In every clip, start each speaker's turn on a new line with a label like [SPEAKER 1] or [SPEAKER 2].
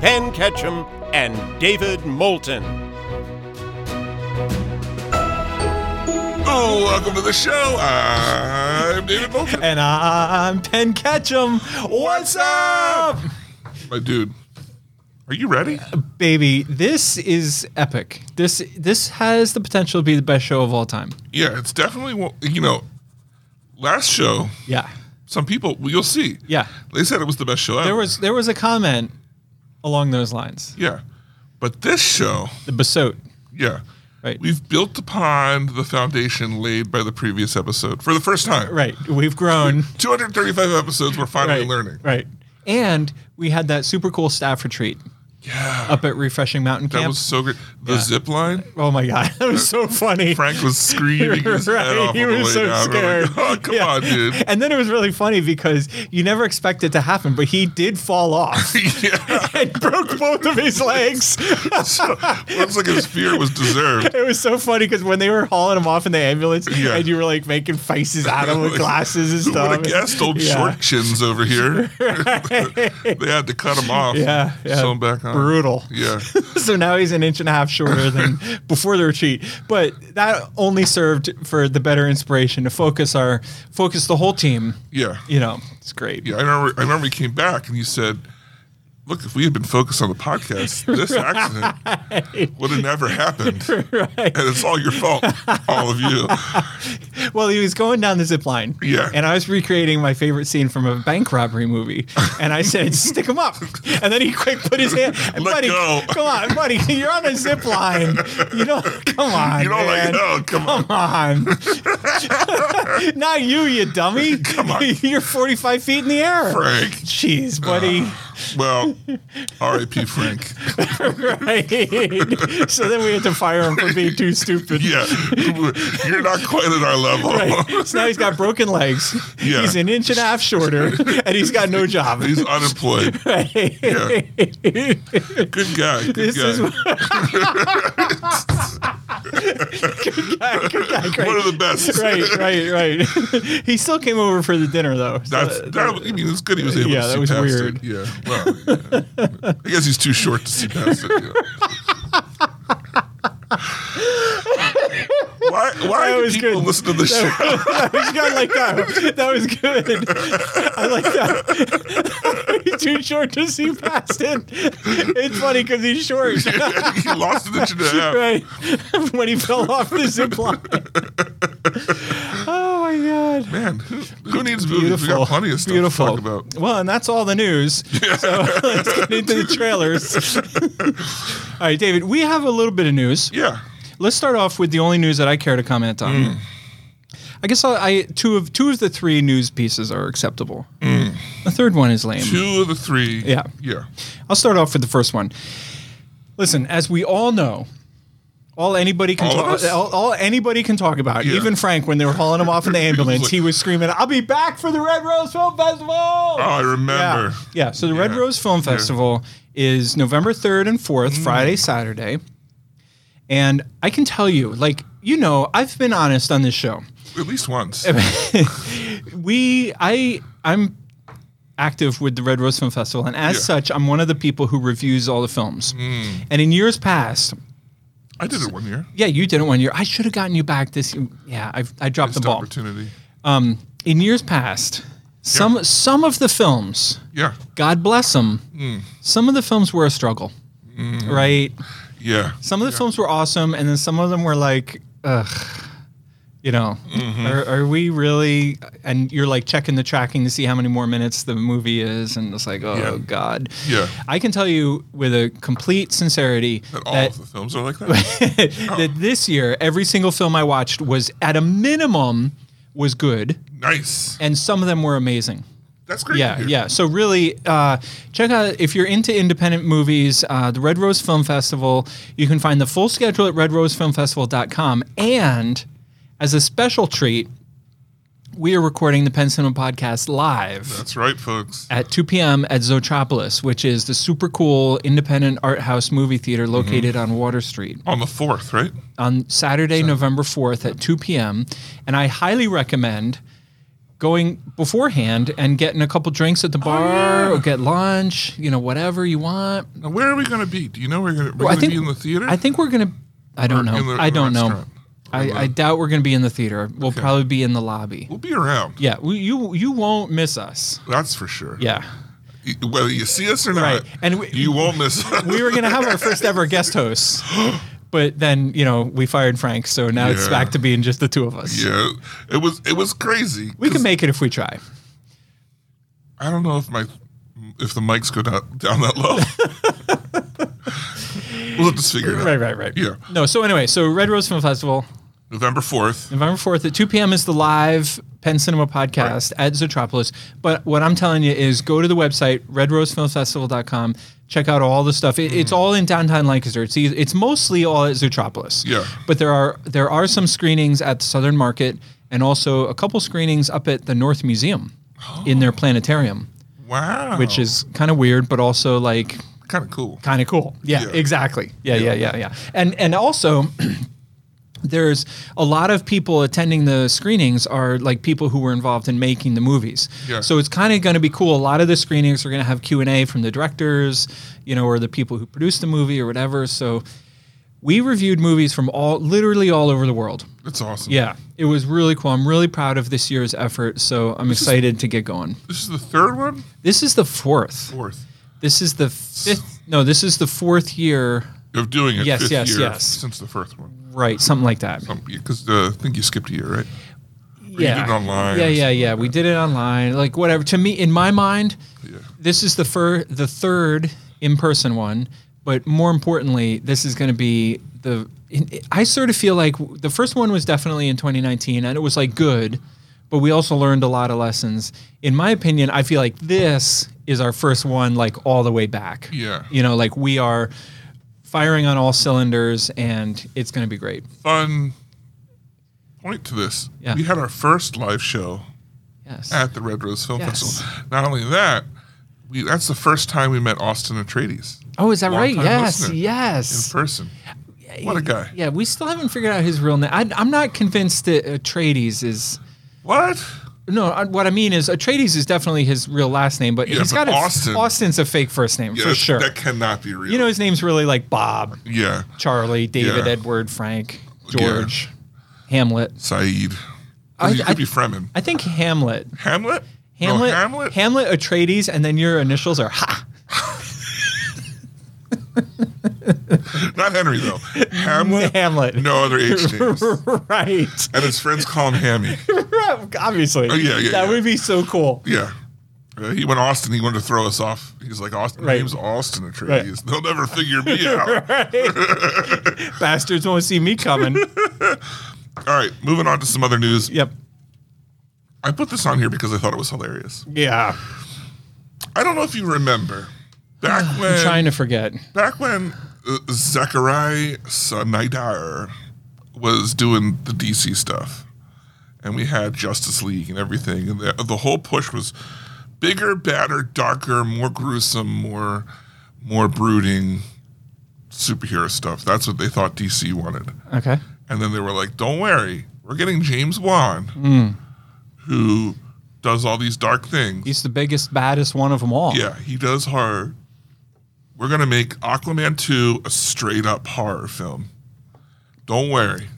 [SPEAKER 1] Penn Ketchum and David Moulton.
[SPEAKER 2] Oh, welcome to the show. I'm David Bolton.
[SPEAKER 3] And I'm Penn Ketchum. What's up?
[SPEAKER 2] My dude, are you ready?
[SPEAKER 3] Baby, this is epic. This this has the potential to be the best show of all time.
[SPEAKER 2] Yeah, it's definitely, one- you know, last show,
[SPEAKER 3] Yeah.
[SPEAKER 2] some people, well, you'll see.
[SPEAKER 3] Yeah.
[SPEAKER 2] They said it was the best show ever.
[SPEAKER 3] There was there was a comment along those lines.
[SPEAKER 2] Yeah. But this show,
[SPEAKER 3] The Basote.
[SPEAKER 2] yeah.
[SPEAKER 3] Right.
[SPEAKER 2] We've built upon the foundation laid by the previous episode for the first time.
[SPEAKER 3] Right. We've grown.
[SPEAKER 2] 235 episodes, we're finally
[SPEAKER 3] Right.
[SPEAKER 2] learning.
[SPEAKER 3] Right. And we had that super cool staff retreat
[SPEAKER 2] Yeah.
[SPEAKER 3] up at Refreshing Mountain
[SPEAKER 2] that
[SPEAKER 3] Camp.
[SPEAKER 2] was so great. The zip line,
[SPEAKER 3] oh my god, that was so funny.
[SPEAKER 2] Frank was screaming his head off
[SPEAKER 3] Right, he
[SPEAKER 2] on the
[SPEAKER 3] was
[SPEAKER 2] way
[SPEAKER 3] so
[SPEAKER 2] down. We're
[SPEAKER 3] scared.
[SPEAKER 2] like, oh, come
[SPEAKER 3] Yeah.
[SPEAKER 2] on, dude.
[SPEAKER 3] And then it was really funny because you never expect it to happen, but he did fall off.
[SPEAKER 2] yeah.
[SPEAKER 3] and broke both of his legs.
[SPEAKER 2] so, looks like his fear was deserved.
[SPEAKER 3] It was so funny because when they were hauling him off in the ambulance,
[SPEAKER 2] Yeah.
[SPEAKER 3] and you were like making faces at him with glasses and
[SPEAKER 2] Who
[SPEAKER 3] stuff.
[SPEAKER 2] would have guessed old
[SPEAKER 3] Yeah.
[SPEAKER 2] short chins over here? they had to cut him off.
[SPEAKER 3] Yeah, yeah.
[SPEAKER 2] Sew him back on.
[SPEAKER 3] Brutal.
[SPEAKER 2] Yeah.
[SPEAKER 3] so now he's an inch and a half shorter than before the retreat. But that only served for the better inspiration to focus our focus the whole team.
[SPEAKER 2] Yeah.
[SPEAKER 3] You know, it's great.
[SPEAKER 2] Yeah. I remember I remember he came back and he said, Look, if we had been focused on the podcast, this accident would have never happened. And it's all your fault, all of you.
[SPEAKER 3] Well, he was going down the zip line.
[SPEAKER 2] Yeah.
[SPEAKER 3] And I was recreating my favorite scene from a bank robbery movie. And I said, stick him up. And then he quick put his hand. And
[SPEAKER 2] Let
[SPEAKER 3] buddy,
[SPEAKER 2] go.
[SPEAKER 3] come on, buddy. You're on a zip line. You don't, come on.
[SPEAKER 2] You don't
[SPEAKER 3] man.
[SPEAKER 2] like, oh, come on.
[SPEAKER 3] Come on. Not you, you dummy. Come
[SPEAKER 2] on.
[SPEAKER 3] You're 45 feet in the air.
[SPEAKER 2] Frank.
[SPEAKER 3] Jeez, buddy.
[SPEAKER 2] Well, R.I.P. Frank.
[SPEAKER 3] right. So then we had to fire him for being too stupid.
[SPEAKER 2] Yeah. You're not quite at our level.
[SPEAKER 3] Right. So now he's got broken legs.
[SPEAKER 2] Yeah.
[SPEAKER 3] He's an inch and a half shorter, and he's got no job.
[SPEAKER 2] He's unemployed.
[SPEAKER 3] Right.
[SPEAKER 2] Yeah. Good guy. Good
[SPEAKER 3] This
[SPEAKER 2] guy.
[SPEAKER 3] is- Good guy, great.
[SPEAKER 2] One of the best.
[SPEAKER 3] right, right, right. he still came over for the dinner though. So
[SPEAKER 2] That's that. was- I mean, it's good he was able
[SPEAKER 3] Yeah,
[SPEAKER 2] to
[SPEAKER 3] that
[SPEAKER 2] see
[SPEAKER 3] was
[SPEAKER 2] past
[SPEAKER 3] weird.
[SPEAKER 2] it. Yeah. Well, yeah. I guess he's too short to see past it. yeah. why? Why
[SPEAKER 3] That
[SPEAKER 2] do
[SPEAKER 3] was
[SPEAKER 2] people
[SPEAKER 3] good.
[SPEAKER 2] listen to this show?
[SPEAKER 3] that was good. I like that. That was good. I like that. he's too short to see past it. It's funny because he's short.
[SPEAKER 2] he lost an inch and a half.
[SPEAKER 3] right when he fell off the zip line. oh my god.
[SPEAKER 2] Man, who, who needs movies? We got plenty of stuff
[SPEAKER 3] Beautiful.
[SPEAKER 2] to talk about.
[SPEAKER 3] Well, and that's all the news. So let's get into the trailers. all right, David, we have a little bit of news.
[SPEAKER 2] Yeah.
[SPEAKER 3] Let's start off with the only news that I care to comment on.
[SPEAKER 2] Mm.
[SPEAKER 3] I guess I, I two of two of the three news pieces are acceptable.
[SPEAKER 2] Mm.
[SPEAKER 3] The third one is lame.
[SPEAKER 2] Two of the three.
[SPEAKER 3] Yeah.
[SPEAKER 2] Yeah.
[SPEAKER 3] I'll start off with the first one. Listen, as we all know, all anybody can
[SPEAKER 2] All of
[SPEAKER 3] talk,
[SPEAKER 2] us?
[SPEAKER 3] all, all anybody can talk about.
[SPEAKER 2] Yeah.
[SPEAKER 3] Even Frank, when they were hauling him off in the ambulance, he was screaming, "I'll be back for the Red Rose Film Festival!"
[SPEAKER 2] Oh, I
[SPEAKER 3] yeah.
[SPEAKER 2] remember.
[SPEAKER 3] yeah. So the Red
[SPEAKER 2] Yeah. Mm.
[SPEAKER 3] Rose Film Festival is November third and fourth, Friday, Saturday, and I can tell you, like you know, I've been honest on this show
[SPEAKER 2] At least once.
[SPEAKER 3] we I I'm active with the Red Rose Film Festival, and as
[SPEAKER 2] Yeah. Mm.
[SPEAKER 3] such, I'm one of the people who reviews all the films. And in years past,
[SPEAKER 2] I did it one year.
[SPEAKER 3] yeah, you did it one year. I should have gotten you back this. Yeah, I I dropped the
[SPEAKER 2] Missed
[SPEAKER 3] ball.
[SPEAKER 2] opportunity.
[SPEAKER 3] In years past, some some of the films,
[SPEAKER 2] Yeah.
[SPEAKER 3] God bless them,
[SPEAKER 2] Mm.
[SPEAKER 3] some of the films were a struggle, right?
[SPEAKER 2] Yeah.
[SPEAKER 3] Some of the films were awesome, and then some of them were like, ugh. You know,
[SPEAKER 2] Mm-hmm.
[SPEAKER 3] are, are we really? And you're like checking the tracking to see how many more minutes the movie is, and it's like, oh
[SPEAKER 2] Yeah.
[SPEAKER 3] god.
[SPEAKER 2] Yeah.
[SPEAKER 3] I can tell you with a complete sincerity
[SPEAKER 2] That Oh. all
[SPEAKER 3] that
[SPEAKER 2] of the films are like that.
[SPEAKER 3] that this year every single film I watched was at a minimum was good,
[SPEAKER 2] nice.
[SPEAKER 3] and some of them were amazing.
[SPEAKER 2] That's great. to
[SPEAKER 3] Yeah,
[SPEAKER 2] hear.
[SPEAKER 3] yeah. So really, uh, check out if you're into independent movies, uh, the Red Rose Film Festival. You can find the full schedule at redrosefilmfestival.com. And as a special treat, we are recording the Penn Cinema podcast live
[SPEAKER 2] That's right, folks.
[SPEAKER 3] at 2 p.m. at Zotropolis, which is the super cool independent art house movie theater located on Water Street
[SPEAKER 2] On the fourth, right?
[SPEAKER 3] on Saturday, November 4th at 2 p.m. And I highly recommend going beforehand and getting a couple drinks
[SPEAKER 2] Oh,
[SPEAKER 3] at the bar or get lunch, you know, whatever you want.
[SPEAKER 2] Now, where are we going to be? Do you know where we're going
[SPEAKER 3] I
[SPEAKER 2] to
[SPEAKER 3] think-
[SPEAKER 2] be in the theater?
[SPEAKER 3] I think we're going to, I don't
[SPEAKER 2] Or in the-
[SPEAKER 3] know.
[SPEAKER 2] in
[SPEAKER 3] I
[SPEAKER 2] the
[SPEAKER 3] don't know.
[SPEAKER 2] restaurant.
[SPEAKER 3] I, I doubt we're going to be in the theater. We'll probably be in the lobby.
[SPEAKER 2] we'll be around.
[SPEAKER 3] Yeah, we, you you won't miss us.
[SPEAKER 2] That's for sure.
[SPEAKER 3] Yeah.
[SPEAKER 2] Y- Whether you see us or not,
[SPEAKER 3] Right. And we-
[SPEAKER 2] you won't miss. us.
[SPEAKER 3] we were going to have our first ever guest host. But then, you know, we fired Frank, so now it's
[SPEAKER 2] Yeah.
[SPEAKER 3] back to being just the two of us.
[SPEAKER 2] yeah, it was it was crazy.
[SPEAKER 3] We can
[SPEAKER 2] 'cause
[SPEAKER 3] make it if we try.
[SPEAKER 2] I don't know if my if the mics go down down that low. we'll have to figure it out.
[SPEAKER 3] Right, right, right.
[SPEAKER 2] Yeah.
[SPEAKER 3] No, so anyway, so Red Rose Film Festival,
[SPEAKER 2] November fourth.
[SPEAKER 3] November 4th at 2 p.m. is the live Penn Cinema podcast at Zootropolis. But what I'm telling you is go to the website, redrosefilmfestival.com, check out all the stuff.
[SPEAKER 2] Mm-hmm.
[SPEAKER 3] It, It's all in downtown Lancaster. It's, eas- it's mostly all at Zootropolis.
[SPEAKER 2] Yeah.
[SPEAKER 3] But there are, there are some screenings at the Southern Market and also a couple screenings up at the North Museum
[SPEAKER 2] Oh.
[SPEAKER 3] in their planetarium.
[SPEAKER 2] Wow.
[SPEAKER 3] which is kind of weird, but also like
[SPEAKER 2] kind of cool.
[SPEAKER 3] kind of cool. Yeah,
[SPEAKER 2] Yeah.
[SPEAKER 3] exactly. Yeah, yeah, yeah, yeah. And and also. There's a lot of people attending the screenings are like people who were involved in making the movies.
[SPEAKER 2] Yeah.
[SPEAKER 3] So it's kind of going to be cool. A lot of the screenings are going to have Q and A from the directors, you know, or the people who produced the movie or whatever. So we reviewed movies from all literally all over the world.
[SPEAKER 2] That's awesome.
[SPEAKER 3] Yeah, it was really cool. I'm really proud of this year's effort. So I'm excited to get going.
[SPEAKER 2] This is the third one.
[SPEAKER 3] This is the fourth.
[SPEAKER 2] Fourth
[SPEAKER 3] This is the fifth. No, this is the fourth year.
[SPEAKER 2] of doing it.
[SPEAKER 3] Yes,
[SPEAKER 2] fifth
[SPEAKER 3] yes,
[SPEAKER 2] year
[SPEAKER 3] yes.
[SPEAKER 2] Since the first one,
[SPEAKER 3] Right, something like that.
[SPEAKER 2] because uh, I think you skipped a year, right?
[SPEAKER 3] yeah.
[SPEAKER 2] did it online
[SPEAKER 3] Yeah,
[SPEAKER 2] or
[SPEAKER 3] yeah,
[SPEAKER 2] something
[SPEAKER 3] yeah. We did it online. Like whatever. To me, in my mind,
[SPEAKER 2] Yeah.
[SPEAKER 3] this is the fir- the third in person one. But more importantly, this is going to be the. In, I sort of feel like the first one was definitely in 2019, and it was like good, but we also learned a lot of lessons. In my opinion, I feel like this is our first one, like all the way back.
[SPEAKER 2] Yeah.
[SPEAKER 3] You know, like we are firing on all cylinders, and it's going to be great.
[SPEAKER 2] Fun point to this.
[SPEAKER 3] Yeah.
[SPEAKER 2] We had our first live show
[SPEAKER 3] Yes.
[SPEAKER 2] at the Red Rose Film
[SPEAKER 3] Yes.
[SPEAKER 2] Festival. Not only that, we that's the first time we met Austin Atreides
[SPEAKER 3] oh, is that right?
[SPEAKER 2] long-time
[SPEAKER 3] Yes.
[SPEAKER 2] listener. in
[SPEAKER 3] Yes.
[SPEAKER 2] person. What a guy!
[SPEAKER 3] Yeah, we still haven't figured out his real name. I, I'm not convinced that Atreides is.
[SPEAKER 2] What?
[SPEAKER 3] No, I, what I mean is Atreides is definitely his real last name, but
[SPEAKER 2] Yeah,
[SPEAKER 3] he's
[SPEAKER 2] but
[SPEAKER 3] got a,
[SPEAKER 2] Austin-
[SPEAKER 3] Austin's a fake first name
[SPEAKER 2] Yeah,
[SPEAKER 3] for
[SPEAKER 2] that-
[SPEAKER 3] sure.
[SPEAKER 2] That cannot be real.
[SPEAKER 3] you know, his name's really like Bob,
[SPEAKER 2] yeah,
[SPEAKER 3] Charlie, David,
[SPEAKER 2] Yeah.
[SPEAKER 3] Edward, Frank,
[SPEAKER 2] Yeah.
[SPEAKER 3] George, Hamlet.
[SPEAKER 2] Saeed.
[SPEAKER 3] I-
[SPEAKER 2] He
[SPEAKER 3] I-
[SPEAKER 2] could be Fremen.
[SPEAKER 3] I think Hamlet.
[SPEAKER 2] Hamlet. No,
[SPEAKER 3] Hamlet,
[SPEAKER 2] Oh, Hamlet.
[SPEAKER 3] Hamlet Atreides, and then your initials are Ha.
[SPEAKER 2] Not Henry though. Hamlet.
[SPEAKER 3] Hamlet.
[SPEAKER 2] No other H names.
[SPEAKER 3] right.
[SPEAKER 2] and his friends call him Hammy.
[SPEAKER 3] Obviously.
[SPEAKER 2] Oh, yeah, yeah,
[SPEAKER 3] that
[SPEAKER 2] yeah.
[SPEAKER 3] would be so cool.
[SPEAKER 2] Yeah. Uh, he went Austin. He wanted to throw us off. He's like Austin.
[SPEAKER 3] Right.
[SPEAKER 2] Name's Austin Atreides. They'll never figure me out.
[SPEAKER 3] Bastards won't see me coming.
[SPEAKER 2] All right, moving on to some other news.
[SPEAKER 3] yep.
[SPEAKER 2] I put this on here because I thought it was hilarious.
[SPEAKER 3] Yeah.
[SPEAKER 2] I don't know if you remember back when
[SPEAKER 3] I'm trying to forget.
[SPEAKER 2] back when uh, Zachariah Snyder was doing the DC stuff, and we had Justice League and everything, and the, the whole push was bigger, badder, darker, more gruesome, more more brooding superhero stuff. That's what they thought DC wanted.
[SPEAKER 3] Okay.
[SPEAKER 2] And then they were like, "Don't worry, we're getting James Wan, who does all these dark things."
[SPEAKER 3] He's the biggest, baddest one of them all.
[SPEAKER 2] Yeah, he does horror. We're gonna make Aquaman two a straight up horror film. Don't worry.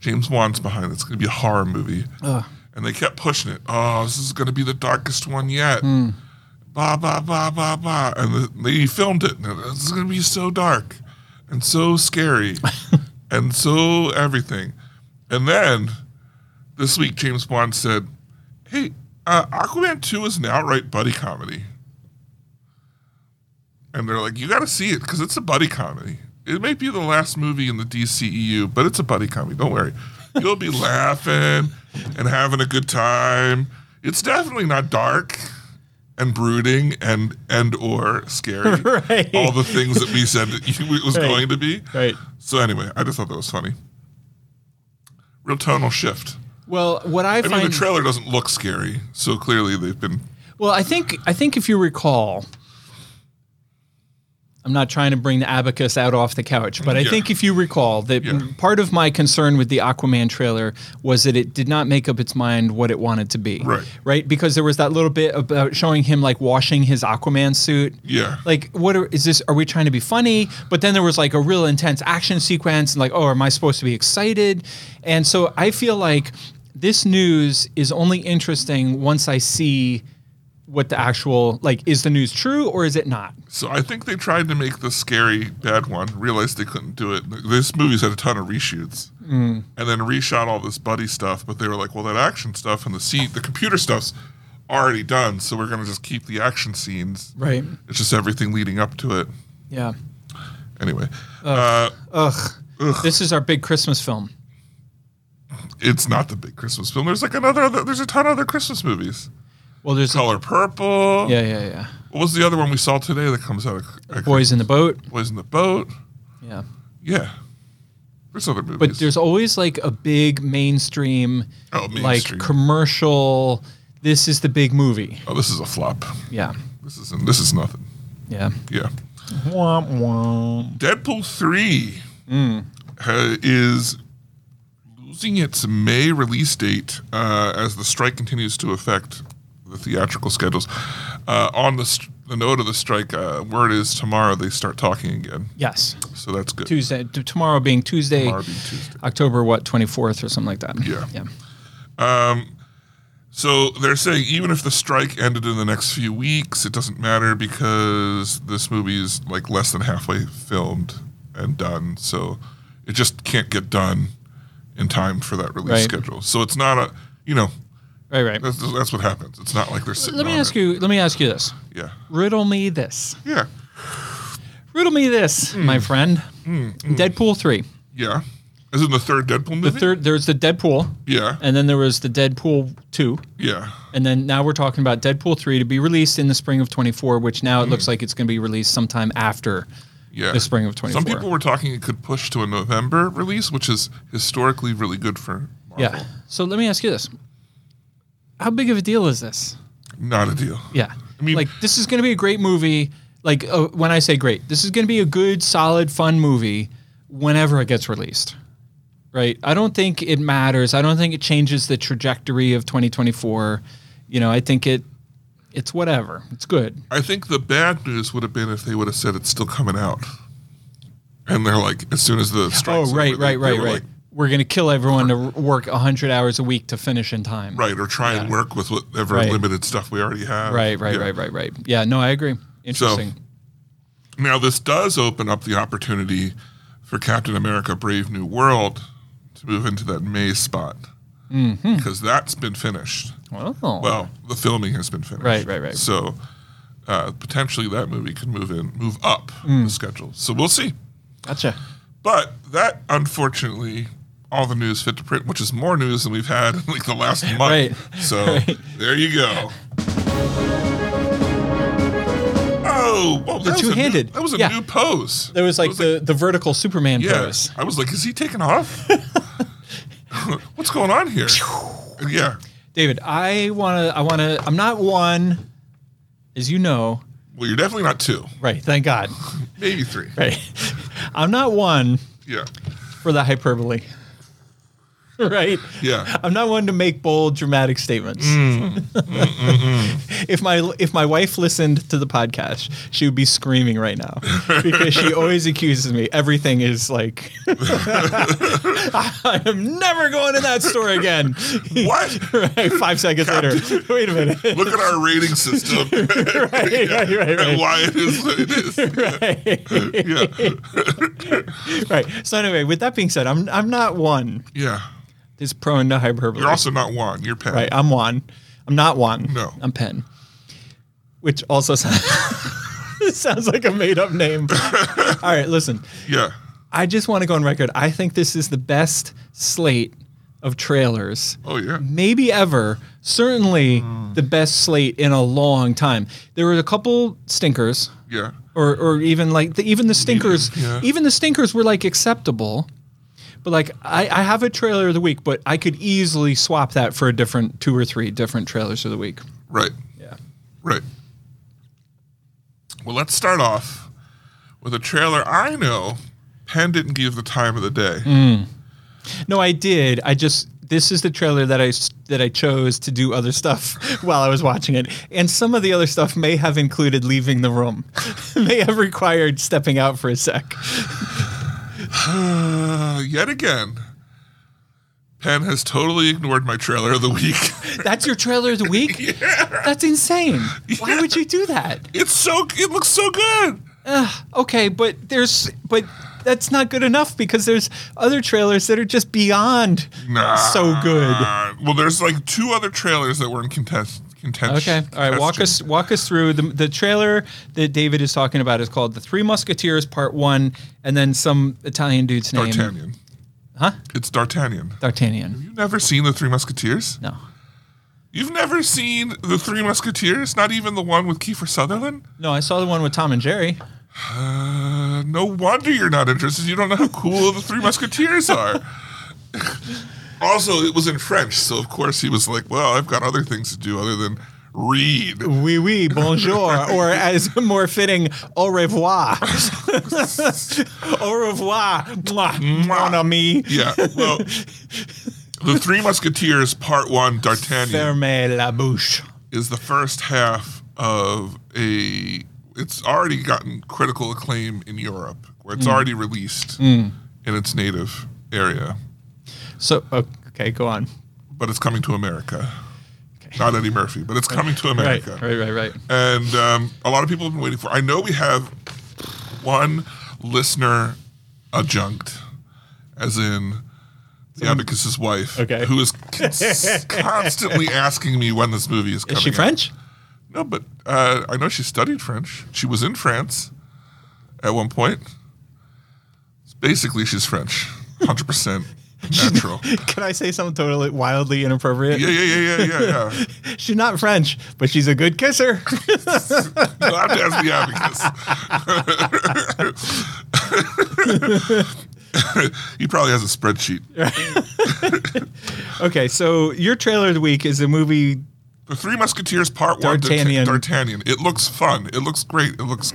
[SPEAKER 2] James Wan's behind it. It's gonna be a horror movie. And they kept pushing it. Oh, this is gonna be the darkest one yet. Bah bah bah bah bah. And the, they filmed it. And this is gonna be so dark and so scary and so everything. And then this week, James Bond said, Hey, uh, Aquaman 2 is an outright buddy comedy. And they're like, You got to see it because it's a buddy comedy. It may be the last movie in the DCEU, but it's a buddy comedy. Don't worry. You'll be laughing and having a good time. It's definitely not dark and brooding and and or scary.
[SPEAKER 3] Right.
[SPEAKER 2] All the things that we said that it was
[SPEAKER 3] Right.
[SPEAKER 2] going to be.
[SPEAKER 3] Right.
[SPEAKER 2] So anyway, I just thought that was funny. Real tonal shift.
[SPEAKER 3] Well, what I,
[SPEAKER 2] I
[SPEAKER 3] find
[SPEAKER 2] mean, the trailer doesn't look scary, so clearly they've been.
[SPEAKER 3] Well, I think I think if you recall, I'm not trying to bring the abacus out off the couch, but I
[SPEAKER 2] Yeah.
[SPEAKER 3] think if you recall that
[SPEAKER 2] Yeah.
[SPEAKER 3] part of my concern with the Aquaman trailer was that it did not make up its mind what it wanted to be.
[SPEAKER 2] Right.
[SPEAKER 3] Right? Because there was that little bit about showing him like washing his Aquaman suit.
[SPEAKER 2] Yeah.
[SPEAKER 3] Like what are, is this are we trying to be funny? But then there was like a real intense action sequence and like oh am I supposed to be excited? And so I feel like this news is only interesting once I see what the actual like is the news true or is it not?
[SPEAKER 2] So I think they tried to make the scary bad one, realized they couldn't do it. This movie's had a ton of reshoots,
[SPEAKER 3] Mm.
[SPEAKER 2] and then reshot all this buddy stuff. But they were like, well, that action stuff and the scene, the computer stuff's already done, so we're gonna just keep the action scenes.
[SPEAKER 3] Right.
[SPEAKER 2] It's just everything leading up to it.
[SPEAKER 3] Yeah.
[SPEAKER 2] Anyway,
[SPEAKER 3] Oh.
[SPEAKER 2] uh,
[SPEAKER 3] Ugh. This is our big Christmas film.
[SPEAKER 2] it's not the big Christmas film. There's like another. Other, there's a ton of other Christmas movies.
[SPEAKER 3] Well, there's a,
[SPEAKER 2] Color Purple.
[SPEAKER 3] yeah, yeah, yeah.
[SPEAKER 2] What was the other one we saw today that comes out? Of,
[SPEAKER 3] Boys in the boat.
[SPEAKER 2] Boys in the boat.
[SPEAKER 3] Yeah.
[SPEAKER 2] Yeah. There's other movies.
[SPEAKER 3] But there's always like a big mainstream,
[SPEAKER 2] Oh, mainstream.
[SPEAKER 3] like commercial. This is the big movie.
[SPEAKER 2] oh, this is a flop.
[SPEAKER 3] Yeah.
[SPEAKER 2] This is this is nothing.
[SPEAKER 3] Yeah.
[SPEAKER 2] Yeah. Deadpool three
[SPEAKER 3] Hmm.
[SPEAKER 2] ha- is losing its May release date uh, as the strike continues to affect the theatrical schedules. Uh, on the, st- the note of the strike, uh, word is tomorrow they start talking again,
[SPEAKER 3] Yes.
[SPEAKER 2] so that's good.
[SPEAKER 3] Tuesday. t- Tomorrow being Tuesday,
[SPEAKER 2] Tomorrow being Tuesday.
[SPEAKER 3] October what 24th or something like that.
[SPEAKER 2] Yeah.
[SPEAKER 3] Yeah.
[SPEAKER 2] So they're saying even if the strike ended in the next few weeks, it doesn't matter because this movie is like less than halfway filmed and done. So it just can't get done in time for that release
[SPEAKER 3] Right.
[SPEAKER 2] schedule. So it's not a, you know,
[SPEAKER 3] Right. Right.
[SPEAKER 2] that's, that's what happens. It's not like they're sitting.
[SPEAKER 3] Let me
[SPEAKER 2] on
[SPEAKER 3] ask
[SPEAKER 2] it.
[SPEAKER 3] you. Let me ask you this.
[SPEAKER 2] Yeah.
[SPEAKER 3] Riddle me this.
[SPEAKER 2] Yeah.
[SPEAKER 3] Riddle me this, my friend. Deadpool three.
[SPEAKER 2] Yeah. Is it the third Deadpool movie?
[SPEAKER 3] The third. There's the Deadpool,
[SPEAKER 2] Yeah.
[SPEAKER 3] and then there was the Deadpool two.
[SPEAKER 2] yeah.
[SPEAKER 3] And then now we're talking about Deadpool 3 to be released in the spring of 24, which now it looks like it's going to be released sometime after
[SPEAKER 2] Yeah.
[SPEAKER 3] the spring of 24.
[SPEAKER 2] Some people were talking it could push to a November release, which is historically really good for Marvel.
[SPEAKER 3] Yeah. So let me ask you this. How big of a deal is this?
[SPEAKER 2] Not a deal.
[SPEAKER 3] Yeah.
[SPEAKER 2] I mean-
[SPEAKER 3] like this is going to be a great movie. Like uh, when I say great, this is going to be a good, solid, fun movie whenever it gets released. Right? I don't think it matters. I don't think it changes the trajectory of 2024. You know, I think it it's whatever. It's good.
[SPEAKER 2] I think the bad news would have been if they would have said it's still coming out. And they're like, as soon as the strike's
[SPEAKER 3] Oh, right,
[SPEAKER 2] over, they-
[SPEAKER 3] right,
[SPEAKER 2] they
[SPEAKER 3] right,
[SPEAKER 2] were
[SPEAKER 3] right.
[SPEAKER 2] like,
[SPEAKER 3] We're going to kill everyone to work 100 hours a week to finish in time.
[SPEAKER 2] right, or try and work with whatever
[SPEAKER 3] Right.
[SPEAKER 2] limited stuff we already have.
[SPEAKER 3] Right, right,
[SPEAKER 2] Yeah.
[SPEAKER 3] right, right, right. Yeah, no, I agree. Interesting.
[SPEAKER 2] Now, this does open up the opportunity for Captain America Brave New World to move into that May spot.
[SPEAKER 3] Mm-hmm.
[SPEAKER 2] Because that's been finished.
[SPEAKER 3] oh.
[SPEAKER 2] Well, the filming has been finished.
[SPEAKER 3] Right, right, right.
[SPEAKER 2] So uh, potentially that movie could move in, move up
[SPEAKER 3] Mm.
[SPEAKER 2] the schedule. So we'll see.
[SPEAKER 3] gotcha.
[SPEAKER 2] But that, unfortunately, all the news fit to print, which is more news than we've had in like the last month.
[SPEAKER 3] Right.
[SPEAKER 2] So
[SPEAKER 3] Right.
[SPEAKER 2] there you go. Oh, well, that was a new-
[SPEAKER 3] two-handed.
[SPEAKER 2] That was a
[SPEAKER 3] Yeah.
[SPEAKER 2] new pose.
[SPEAKER 3] There was like
[SPEAKER 2] It
[SPEAKER 3] the, the vertical Superman
[SPEAKER 2] yeah.
[SPEAKER 3] pose.
[SPEAKER 2] I was like, is he taking off? What's going on here? yeah.
[SPEAKER 3] David, I want to, I want to, I'm not one, as you know.
[SPEAKER 2] Well, you're definitely not two,
[SPEAKER 3] Right. Thank God.
[SPEAKER 2] maybe three.
[SPEAKER 3] Right. I'm not one
[SPEAKER 2] Yeah.
[SPEAKER 3] for the hyperbole. right.
[SPEAKER 2] Yeah.
[SPEAKER 3] I'm not one to make bold, dramatic statements. mm, if my if my wife listened to the podcast, she would be screaming right now because she always accuses me. Everything is like, I am never going in that store again.
[SPEAKER 2] What?
[SPEAKER 3] right, five seconds later. Wait a minute.
[SPEAKER 2] Look at our rating system
[SPEAKER 3] right, right, right,
[SPEAKER 2] and
[SPEAKER 3] right.
[SPEAKER 2] why it is what it is.
[SPEAKER 3] Right.
[SPEAKER 2] Yeah.
[SPEAKER 3] right. So anyway, with that being said, I'm I'm not one.
[SPEAKER 2] Yeah.
[SPEAKER 3] Is prone to hyperbole.
[SPEAKER 2] You're also not one. You're Pat.
[SPEAKER 3] Right, I'm Juan. I'm not Juan.
[SPEAKER 2] No.
[SPEAKER 3] I'm Penn. Which also sounds, sounds like a made up name. All right, listen.
[SPEAKER 2] Yeah.
[SPEAKER 3] I just want to go on record. I think this is the best slate of trailers
[SPEAKER 2] Oh yeah.
[SPEAKER 3] maybe ever. Certainly
[SPEAKER 2] Mm.
[SPEAKER 3] the best slate in a long time. There were a couple stinkers,
[SPEAKER 2] Yeah.
[SPEAKER 3] or or even like the, even the stinkers,
[SPEAKER 2] Yeah.
[SPEAKER 3] even the stinkers were like acceptable. But like I, I have a trailer of the week, but I could easily swap that for a different two or three different trailers of the week.
[SPEAKER 2] Right.
[SPEAKER 3] Yeah.
[SPEAKER 2] Right. Well, let's start off with a trailer I know Penn didn't give the time of the day.
[SPEAKER 3] Mm. No, I did. I just this is the trailer that I s- that I chose to do other stuff while I was watching it, and some of the other stuff may have included leaving the room, may have required stepping out for a sec.
[SPEAKER 2] Uh, yet again, Penn has totally ignored my trailer of the week.
[SPEAKER 3] That's your trailer of the week? That's insane. Why would you do that?
[SPEAKER 2] it's so it looks so good.
[SPEAKER 3] Okay, but there's but that's not good enough because there's other trailers that are just beyond
[SPEAKER 2] Nah.
[SPEAKER 3] so good.
[SPEAKER 2] Uh, Well, there's like two other trailers that were in contest
[SPEAKER 3] Okay.
[SPEAKER 2] contention.
[SPEAKER 3] All right, walk us walk us through the the trailer that David is talking about is called The Three Musketeers Part 1 and then some Italian dude's name
[SPEAKER 2] D'Artagnan.
[SPEAKER 3] Huh?
[SPEAKER 2] It's D'Artagnan.
[SPEAKER 3] D'Artagnan.
[SPEAKER 2] You've never seen the Three Musketeers?
[SPEAKER 3] No.
[SPEAKER 2] You've never seen the Three Musketeers? Not even the one with Kiefer Sutherland?
[SPEAKER 3] No, I saw the one with Tom and Jerry.
[SPEAKER 2] Uh, no wonder you're not interested. You don't know how cool the Three Musketeers are. also, it was in French, so of course he was like, "Well, I've got other things to do other than read."
[SPEAKER 3] Oui, oui, bonjour, or as more fitting, au revoir. au revoir, mwah, mon ami.
[SPEAKER 2] Yeah. Well, the Three Musketeers Part One, D'Artagnan,
[SPEAKER 3] Ferme la bouche.
[SPEAKER 2] is the first half of a. It's already gotten critical acclaim in Europe, where it's already released in its native area,
[SPEAKER 3] So okay, go on.
[SPEAKER 2] but it's coming to America. Not Eddie Murphy, but it's coming to America.
[SPEAKER 3] right, right, right.
[SPEAKER 2] and um, a lot of people have been waiting for. I know we have one listener adjunct, as in the advocus's wife,
[SPEAKER 3] Okay.
[SPEAKER 2] who is cons- constantly asking me when this movie is coming.
[SPEAKER 3] Is she
[SPEAKER 2] out.
[SPEAKER 3] French?
[SPEAKER 2] No, but uh, I know she studied French. She was in France at one point. Basically, she's French, hundred percent natural.
[SPEAKER 3] Can I say something totally wildly inappropriate?
[SPEAKER 2] Yeah, yeah, yeah, yeah, yeah, yeah.
[SPEAKER 3] She's not French, but she's a good kisser.
[SPEAKER 2] Not as the abacus. he probably has a spreadsheet.
[SPEAKER 3] okay, so your trailer of the week is a movie.
[SPEAKER 2] The Three Musketeers Part One.
[SPEAKER 3] D'Artagnan.
[SPEAKER 2] D'Arta- D'Artagnan. It looks fun. It looks great. It looks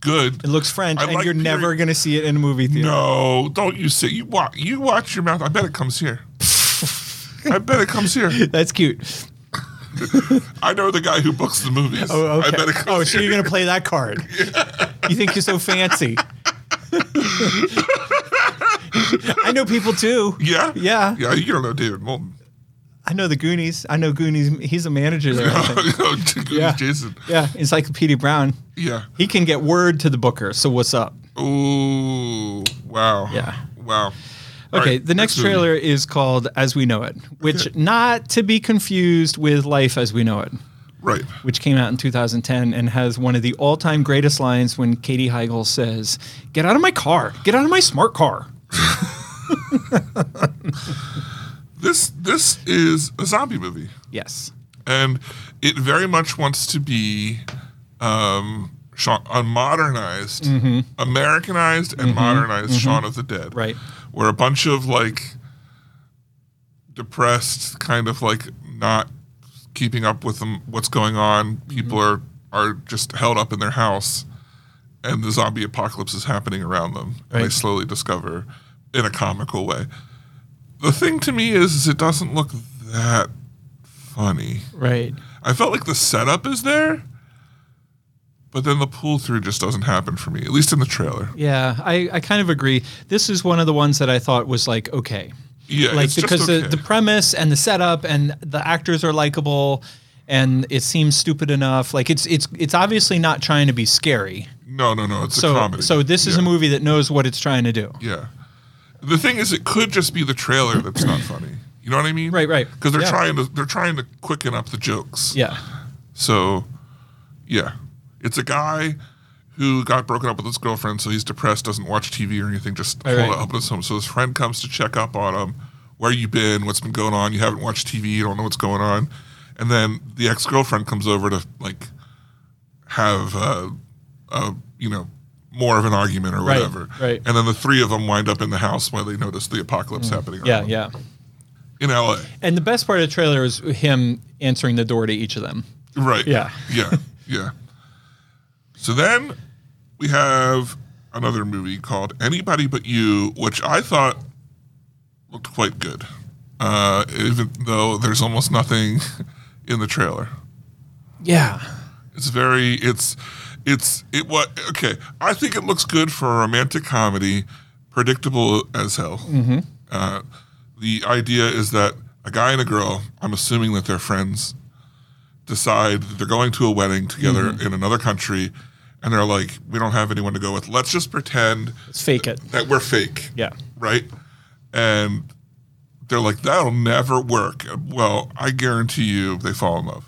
[SPEAKER 2] good.
[SPEAKER 3] It looks French,
[SPEAKER 2] I
[SPEAKER 3] and
[SPEAKER 2] like
[SPEAKER 3] you're
[SPEAKER 2] period-
[SPEAKER 3] never gonna see it in a movie theater.
[SPEAKER 2] No, don't you say you watch. You watch your mouth. I bet it comes here. I bet it comes here.
[SPEAKER 3] That's cute.
[SPEAKER 2] I know the guy who books the movies.
[SPEAKER 3] Oh, okay.
[SPEAKER 2] I bet it comes
[SPEAKER 3] oh, so
[SPEAKER 2] here.
[SPEAKER 3] you're gonna play that card? You think you're so fancy? I know people too.
[SPEAKER 2] yeah,
[SPEAKER 3] Yeah.
[SPEAKER 2] yeah. You don't know David Moulton.
[SPEAKER 3] I know the Goonies. I know Goonies. He's a manager there. I think. Yeah.
[SPEAKER 2] yeah. Oh, Jason.
[SPEAKER 3] Yeah, Encyclopedia Brown.
[SPEAKER 2] Yeah.
[SPEAKER 3] He can get word to the booker. So what's up?
[SPEAKER 2] Ooh, wow.
[SPEAKER 3] Yeah.
[SPEAKER 2] Wow. All
[SPEAKER 3] Okay,
[SPEAKER 2] right,
[SPEAKER 3] the next
[SPEAKER 2] movie.
[SPEAKER 3] trailer is called As We Know It, which not to be confused with Life as We Know It,
[SPEAKER 2] Right.
[SPEAKER 3] which came out in 2010 and has one of the all-time greatest lines when Katie Heigl says, "Get out of my car. Get out of my smart car."
[SPEAKER 2] This this is a zombie movie.
[SPEAKER 3] Yes.
[SPEAKER 2] And it very much wants to be um Shaun, a modernized, Americanized and modernized Shaun of the Dead.
[SPEAKER 3] Mm-hmm. Right.
[SPEAKER 2] Where a bunch of like depressed, kind of like not keeping up with them, what's going on. People
[SPEAKER 3] Mm-hmm.
[SPEAKER 2] are are just held up in their house, and the zombie apocalypse is happening around them, and they
[SPEAKER 3] Right.
[SPEAKER 2] slowly discover, in a comical way. The thing to me is, is it doesn't look that funny.
[SPEAKER 3] Right.
[SPEAKER 2] I felt like the setup is there. But then the pull through just doesn't happen for me, at least in the trailer.
[SPEAKER 3] Yeah, I, I kind of agree. This is one of the ones that I thought was like, okay.
[SPEAKER 2] Yeah,
[SPEAKER 3] like
[SPEAKER 2] it's just
[SPEAKER 3] because
[SPEAKER 2] okay.
[SPEAKER 3] the, the premise and the setup and the actors are likable and it seems stupid enough. Like it's it's it's obviously not trying to be scary.
[SPEAKER 2] no, no, no, it's a
[SPEAKER 3] So
[SPEAKER 2] comedy.
[SPEAKER 3] so this is a
[SPEAKER 2] Yeah.
[SPEAKER 3] movie that knows what it's trying to do.
[SPEAKER 2] Yeah. The thing is, it could just be the trailer that's not funny. You know what I mean?
[SPEAKER 3] Right, right.
[SPEAKER 2] Because they're
[SPEAKER 3] Yeah.
[SPEAKER 2] trying to they're trying to quicken up the jokes.
[SPEAKER 3] Yeah.
[SPEAKER 2] So, yeah, it's a guy who got broken up with his girlfriend, so he's depressed, doesn't watch TV or anything, just
[SPEAKER 3] Right,
[SPEAKER 2] hold
[SPEAKER 3] right.
[SPEAKER 2] up in his home. So his friend comes to check up on him where you been, what's been going on. You haven't watched TV, you don't know what's going on. And then the ex girlfriend comes over to like have uh, a you know more of an argument or
[SPEAKER 3] Right,
[SPEAKER 2] whatever.
[SPEAKER 3] right. Mm.
[SPEAKER 2] And then the three of them wind up in the house while they notice the apocalypse happening.
[SPEAKER 3] Yeah,
[SPEAKER 2] around
[SPEAKER 3] yeah.
[SPEAKER 2] In LA,
[SPEAKER 3] And the best part of the trailer is him answering the door to each of them.
[SPEAKER 2] right?
[SPEAKER 3] Yeah.
[SPEAKER 2] yeah, yeah. So then we have another movie called Anybody But You, which I thought looked quite good, uh, even though there's almost nothing in the trailer.
[SPEAKER 3] Yeah.
[SPEAKER 2] It's very it's it's it what okay. I think it looks good for a romantic comedy, predictable as hell. Mm-hmm. Uh, the idea is that a guy and a girl, I'm assuming that they're friends, decide that they're going to a wedding together in another country, and they're like, we don't have anyone to go with. Let's just pretend
[SPEAKER 3] Let's fake it.
[SPEAKER 2] that we're fake
[SPEAKER 3] Yeah.
[SPEAKER 2] right? And they're like, that'll never work. Well, I guarantee you they fall in love.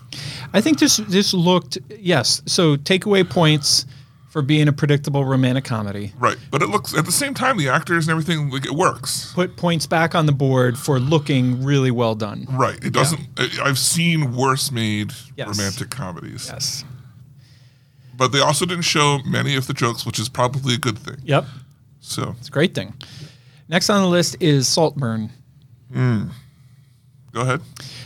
[SPEAKER 3] I think this this looked yes. So takeaway points for being a predictable romantic comedy.
[SPEAKER 2] Right. But it looks, at the same time, the actors and everything, like it works.
[SPEAKER 3] Put points back on the board for looking really well done.
[SPEAKER 2] Right. It doesn't, I I've seen worse made
[SPEAKER 3] Yes.
[SPEAKER 2] romantic comedies.
[SPEAKER 3] Yes.
[SPEAKER 2] But they also didn't show many of the jokes, which is probably a good thing.
[SPEAKER 3] Yep.
[SPEAKER 2] So
[SPEAKER 3] It's a great thing. Next on the list is Saltburn.
[SPEAKER 2] go ahead.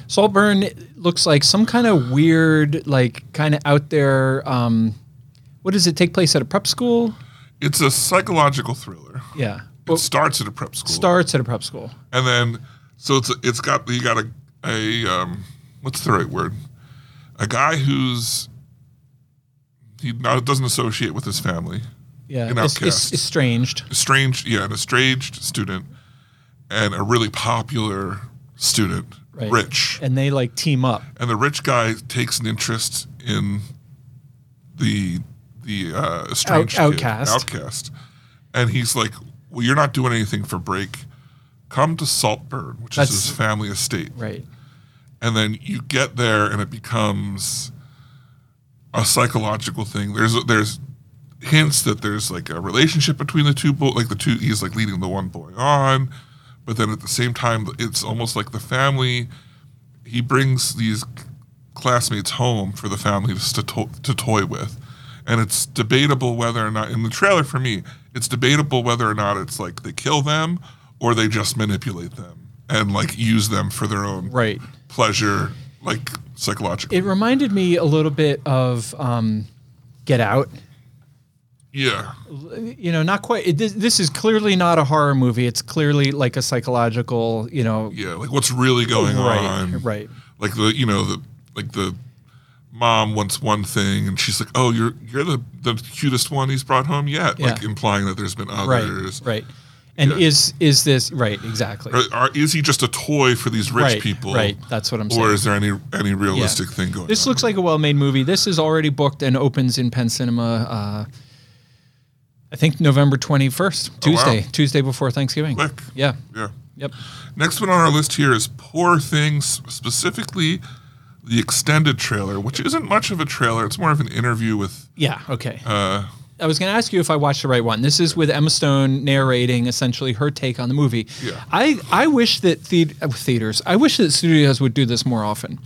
[SPEAKER 3] Saltburn looks like some kind of weird, like kind of out there. Um, what does it take place at a prep school?
[SPEAKER 2] It's a psychological thriller.
[SPEAKER 3] Yeah.
[SPEAKER 2] It
[SPEAKER 3] Well,
[SPEAKER 2] starts at a prep school.
[SPEAKER 3] starts at a prep school.
[SPEAKER 2] and then so it's it's got you got a a um what's the right word a guy who's he not, doesn't associate with his family
[SPEAKER 3] Yeah.
[SPEAKER 2] An
[SPEAKER 3] It's,
[SPEAKER 2] outcast.
[SPEAKER 3] it's estranged.
[SPEAKER 2] estranged yeah an estranged student and a really popular student
[SPEAKER 3] Right.
[SPEAKER 2] rich
[SPEAKER 3] And they like team up.
[SPEAKER 2] and the rich guy takes an interest in the the uh, estranged
[SPEAKER 3] Out-
[SPEAKER 2] kid,
[SPEAKER 3] outcast.
[SPEAKER 2] outcast, and he's like, "Well, you're not doing anything for break. Come to Saltburn, which
[SPEAKER 3] That's-
[SPEAKER 2] is his family estate,
[SPEAKER 3] Right.
[SPEAKER 2] and then you get there, and it becomes a psychological thing. There's there's hints that there's like a relationship between the two boy, like the two. He's like leading the one boy on, but then at the same time, it's almost like the family. He brings these classmates home for the family to to, to, to toy with, and it's debatable whether or not in the trailer for me, it's debatable whether or not it's like they kill them or they just manipulate them and like use them for their own
[SPEAKER 3] Right.
[SPEAKER 2] pleasure, like psychological.
[SPEAKER 3] It reminded me a little bit of um, Get Out.
[SPEAKER 2] yeah,
[SPEAKER 3] You know, not quite. It, this, this is clearly not a horror movie. It's clearly like a psychological, you know.
[SPEAKER 2] yeah. Like what's really going
[SPEAKER 3] Right.
[SPEAKER 2] on?
[SPEAKER 3] Right.
[SPEAKER 2] Like the you know the like the mom wants one thing and she's like, oh, you're you're the the cutest one he's brought home yet, like
[SPEAKER 3] Yeah.
[SPEAKER 2] implying that there's been others.
[SPEAKER 3] Right. Right. And
[SPEAKER 2] Yeah.
[SPEAKER 3] is is this right? Exactly.
[SPEAKER 2] Or, or is he just a toy for these rich
[SPEAKER 3] Right,
[SPEAKER 2] people?
[SPEAKER 3] right. That's what I'm
[SPEAKER 2] Or
[SPEAKER 3] saying.
[SPEAKER 2] is there any any realistic thing going?
[SPEAKER 3] This
[SPEAKER 2] on?
[SPEAKER 3] looks like a well-made movie. This is already booked and opens in Penn Cinema. Uh, I think November twenty-first,
[SPEAKER 2] Oh, wow.
[SPEAKER 3] Tuesday, Tuesday before Thanksgiving.
[SPEAKER 2] Quick.
[SPEAKER 3] Yeah.
[SPEAKER 2] yeah.
[SPEAKER 3] Yep.
[SPEAKER 2] Next one on our list here is Poor Things, specifically the extended trailer, which isn't much of a trailer. It's more of an interview with
[SPEAKER 3] Yeah. Okay.
[SPEAKER 2] uh,
[SPEAKER 3] I was going to ask you if I watched the right one. This is with Emma Stone narrating essentially her take on the movie.
[SPEAKER 2] Yeah.
[SPEAKER 3] I I wish that the, theaters, I wish that studios would do this more often,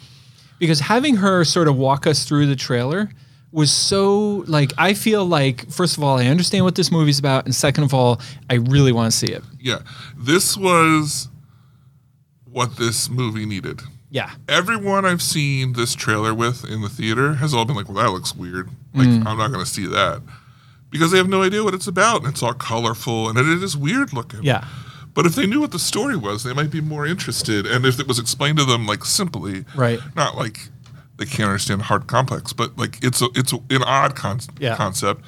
[SPEAKER 3] because having her sort of walk us through the trailer was so like I feel like first of all I understand what this movie's about, and second of all I really want to see it.
[SPEAKER 2] Yeah. This was what this movie needed.
[SPEAKER 3] Yeah.
[SPEAKER 2] Everyone I've seen this trailer with in the theater has all been like, well, that looks weird. Like,
[SPEAKER 3] Mm.
[SPEAKER 2] I'm not going to see that. Because they have no idea what it's about. And it's all colorful and it is weird looking.
[SPEAKER 3] Yeah.
[SPEAKER 2] But if they knew what the story was, they might be more interested. And if it was explained to them like simply,
[SPEAKER 3] Right.
[SPEAKER 2] Not like they can't understand hard complex, but like it's a it's a, an odd con-
[SPEAKER 3] Yeah.
[SPEAKER 2] concept.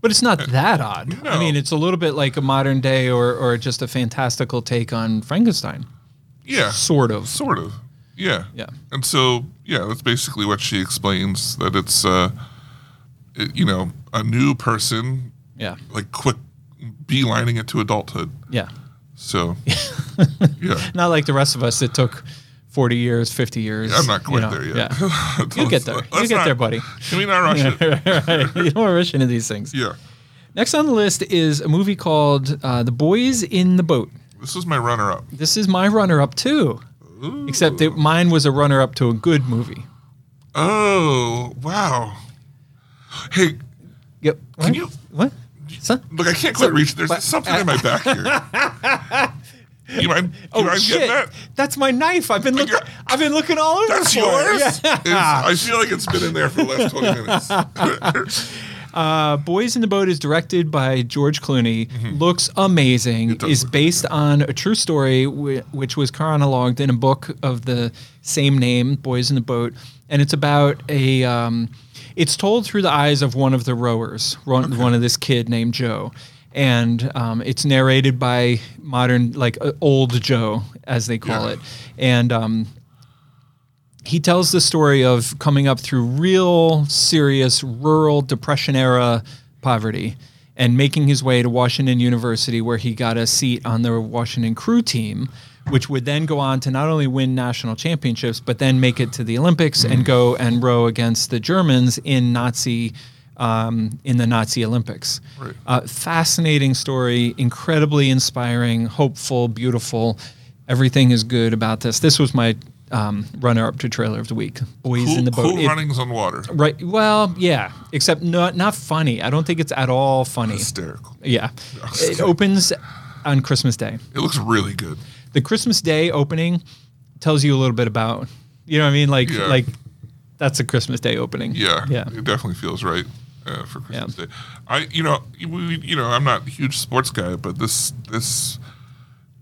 [SPEAKER 3] But it's not that odd. I
[SPEAKER 2] No.
[SPEAKER 3] mean, it's a little bit like a modern day or or just a fantastical take on Frankenstein,
[SPEAKER 2] Yeah.
[SPEAKER 3] sort of.
[SPEAKER 2] Sort of. Yeah.
[SPEAKER 3] Yeah.
[SPEAKER 2] And so, yeah, that's basically what she explains that it's, uh, it, you know, a new person,
[SPEAKER 3] Yeah.
[SPEAKER 2] like quick beelining it to adulthood.
[SPEAKER 3] Yeah.
[SPEAKER 2] So, yeah.
[SPEAKER 3] not like the rest of us that took 40 years 50 years
[SPEAKER 2] I'm not
[SPEAKER 3] you
[SPEAKER 2] quite
[SPEAKER 3] know,
[SPEAKER 2] there yet.
[SPEAKER 3] yeah. you'll get there
[SPEAKER 2] Let's
[SPEAKER 3] you'll get
[SPEAKER 2] not-
[SPEAKER 3] there buddy
[SPEAKER 2] Can we not rush it?
[SPEAKER 3] Right. you don't rush into these things
[SPEAKER 2] Yeah.
[SPEAKER 3] next on the list is a movie called uh, the boys in the boat
[SPEAKER 2] This was my runner up.
[SPEAKER 3] This is my runner up too. Except that mine was a runner up to a good movie.
[SPEAKER 2] Oh, wow. Hey,
[SPEAKER 3] Yep. What?
[SPEAKER 2] you-
[SPEAKER 3] What? Son?
[SPEAKER 2] look, I can't quite reach. There's something in my back here. You mind, you
[SPEAKER 3] Oh
[SPEAKER 2] mind
[SPEAKER 3] shit!
[SPEAKER 2] getting that?
[SPEAKER 3] That's my knife. I've been looking.
[SPEAKER 2] God.
[SPEAKER 3] I've been looking all over.
[SPEAKER 2] That's
[SPEAKER 3] for
[SPEAKER 2] yours?
[SPEAKER 3] It. Yeah.
[SPEAKER 2] It's- I feel like it's been in there for the last 20 minutes.
[SPEAKER 3] Uh, Boys in the Boat is directed by George Clooney. Looks amazing.
[SPEAKER 2] Mm-hmm. does
[SPEAKER 3] Is
[SPEAKER 2] look
[SPEAKER 3] based on a true story, whi- which was chronologued in a book of the same name, Boys in the Boat, and it's about a. Um, it's told through the eyes of one of the rowers, one, one of this kid named Joe, and um, it's narrated by modern, like uh, old Joe, as they call
[SPEAKER 2] Yeah.
[SPEAKER 3] it, and um, he tells the story of coming up through real serious rural depression era poverty and making his way to Washington University where he got a seat on the Washington crew team which would then go on to not only win national championships but then make it to the Olympics and go and row against the Germans in Nazi um, in the Nazi Olympics.
[SPEAKER 2] Right.
[SPEAKER 3] Uh, fascinating story, incredibly inspiring, hopeful, beautiful. Everything is good about this. This was my um, runner-up to trailer of the week. Boys in
[SPEAKER 2] cool
[SPEAKER 3] the boat.
[SPEAKER 2] cool
[SPEAKER 3] It-
[SPEAKER 2] runnings on water.
[SPEAKER 3] Right. Well, yeah. Except not not funny. I don't think it's at all funny.
[SPEAKER 2] Hysterical.
[SPEAKER 3] Yeah. It opens on Christmas Day.
[SPEAKER 2] It looks really good.
[SPEAKER 3] The Christmas Day opening tells you a little bit about. You know what I mean? Like
[SPEAKER 2] Yeah.
[SPEAKER 3] like that's a Christmas Day opening.
[SPEAKER 2] Yeah,
[SPEAKER 3] Yeah.
[SPEAKER 2] it definitely feels right uh, for Christmas Day. I, you know, we, we- you know, I'm not a huge sports guy, but this this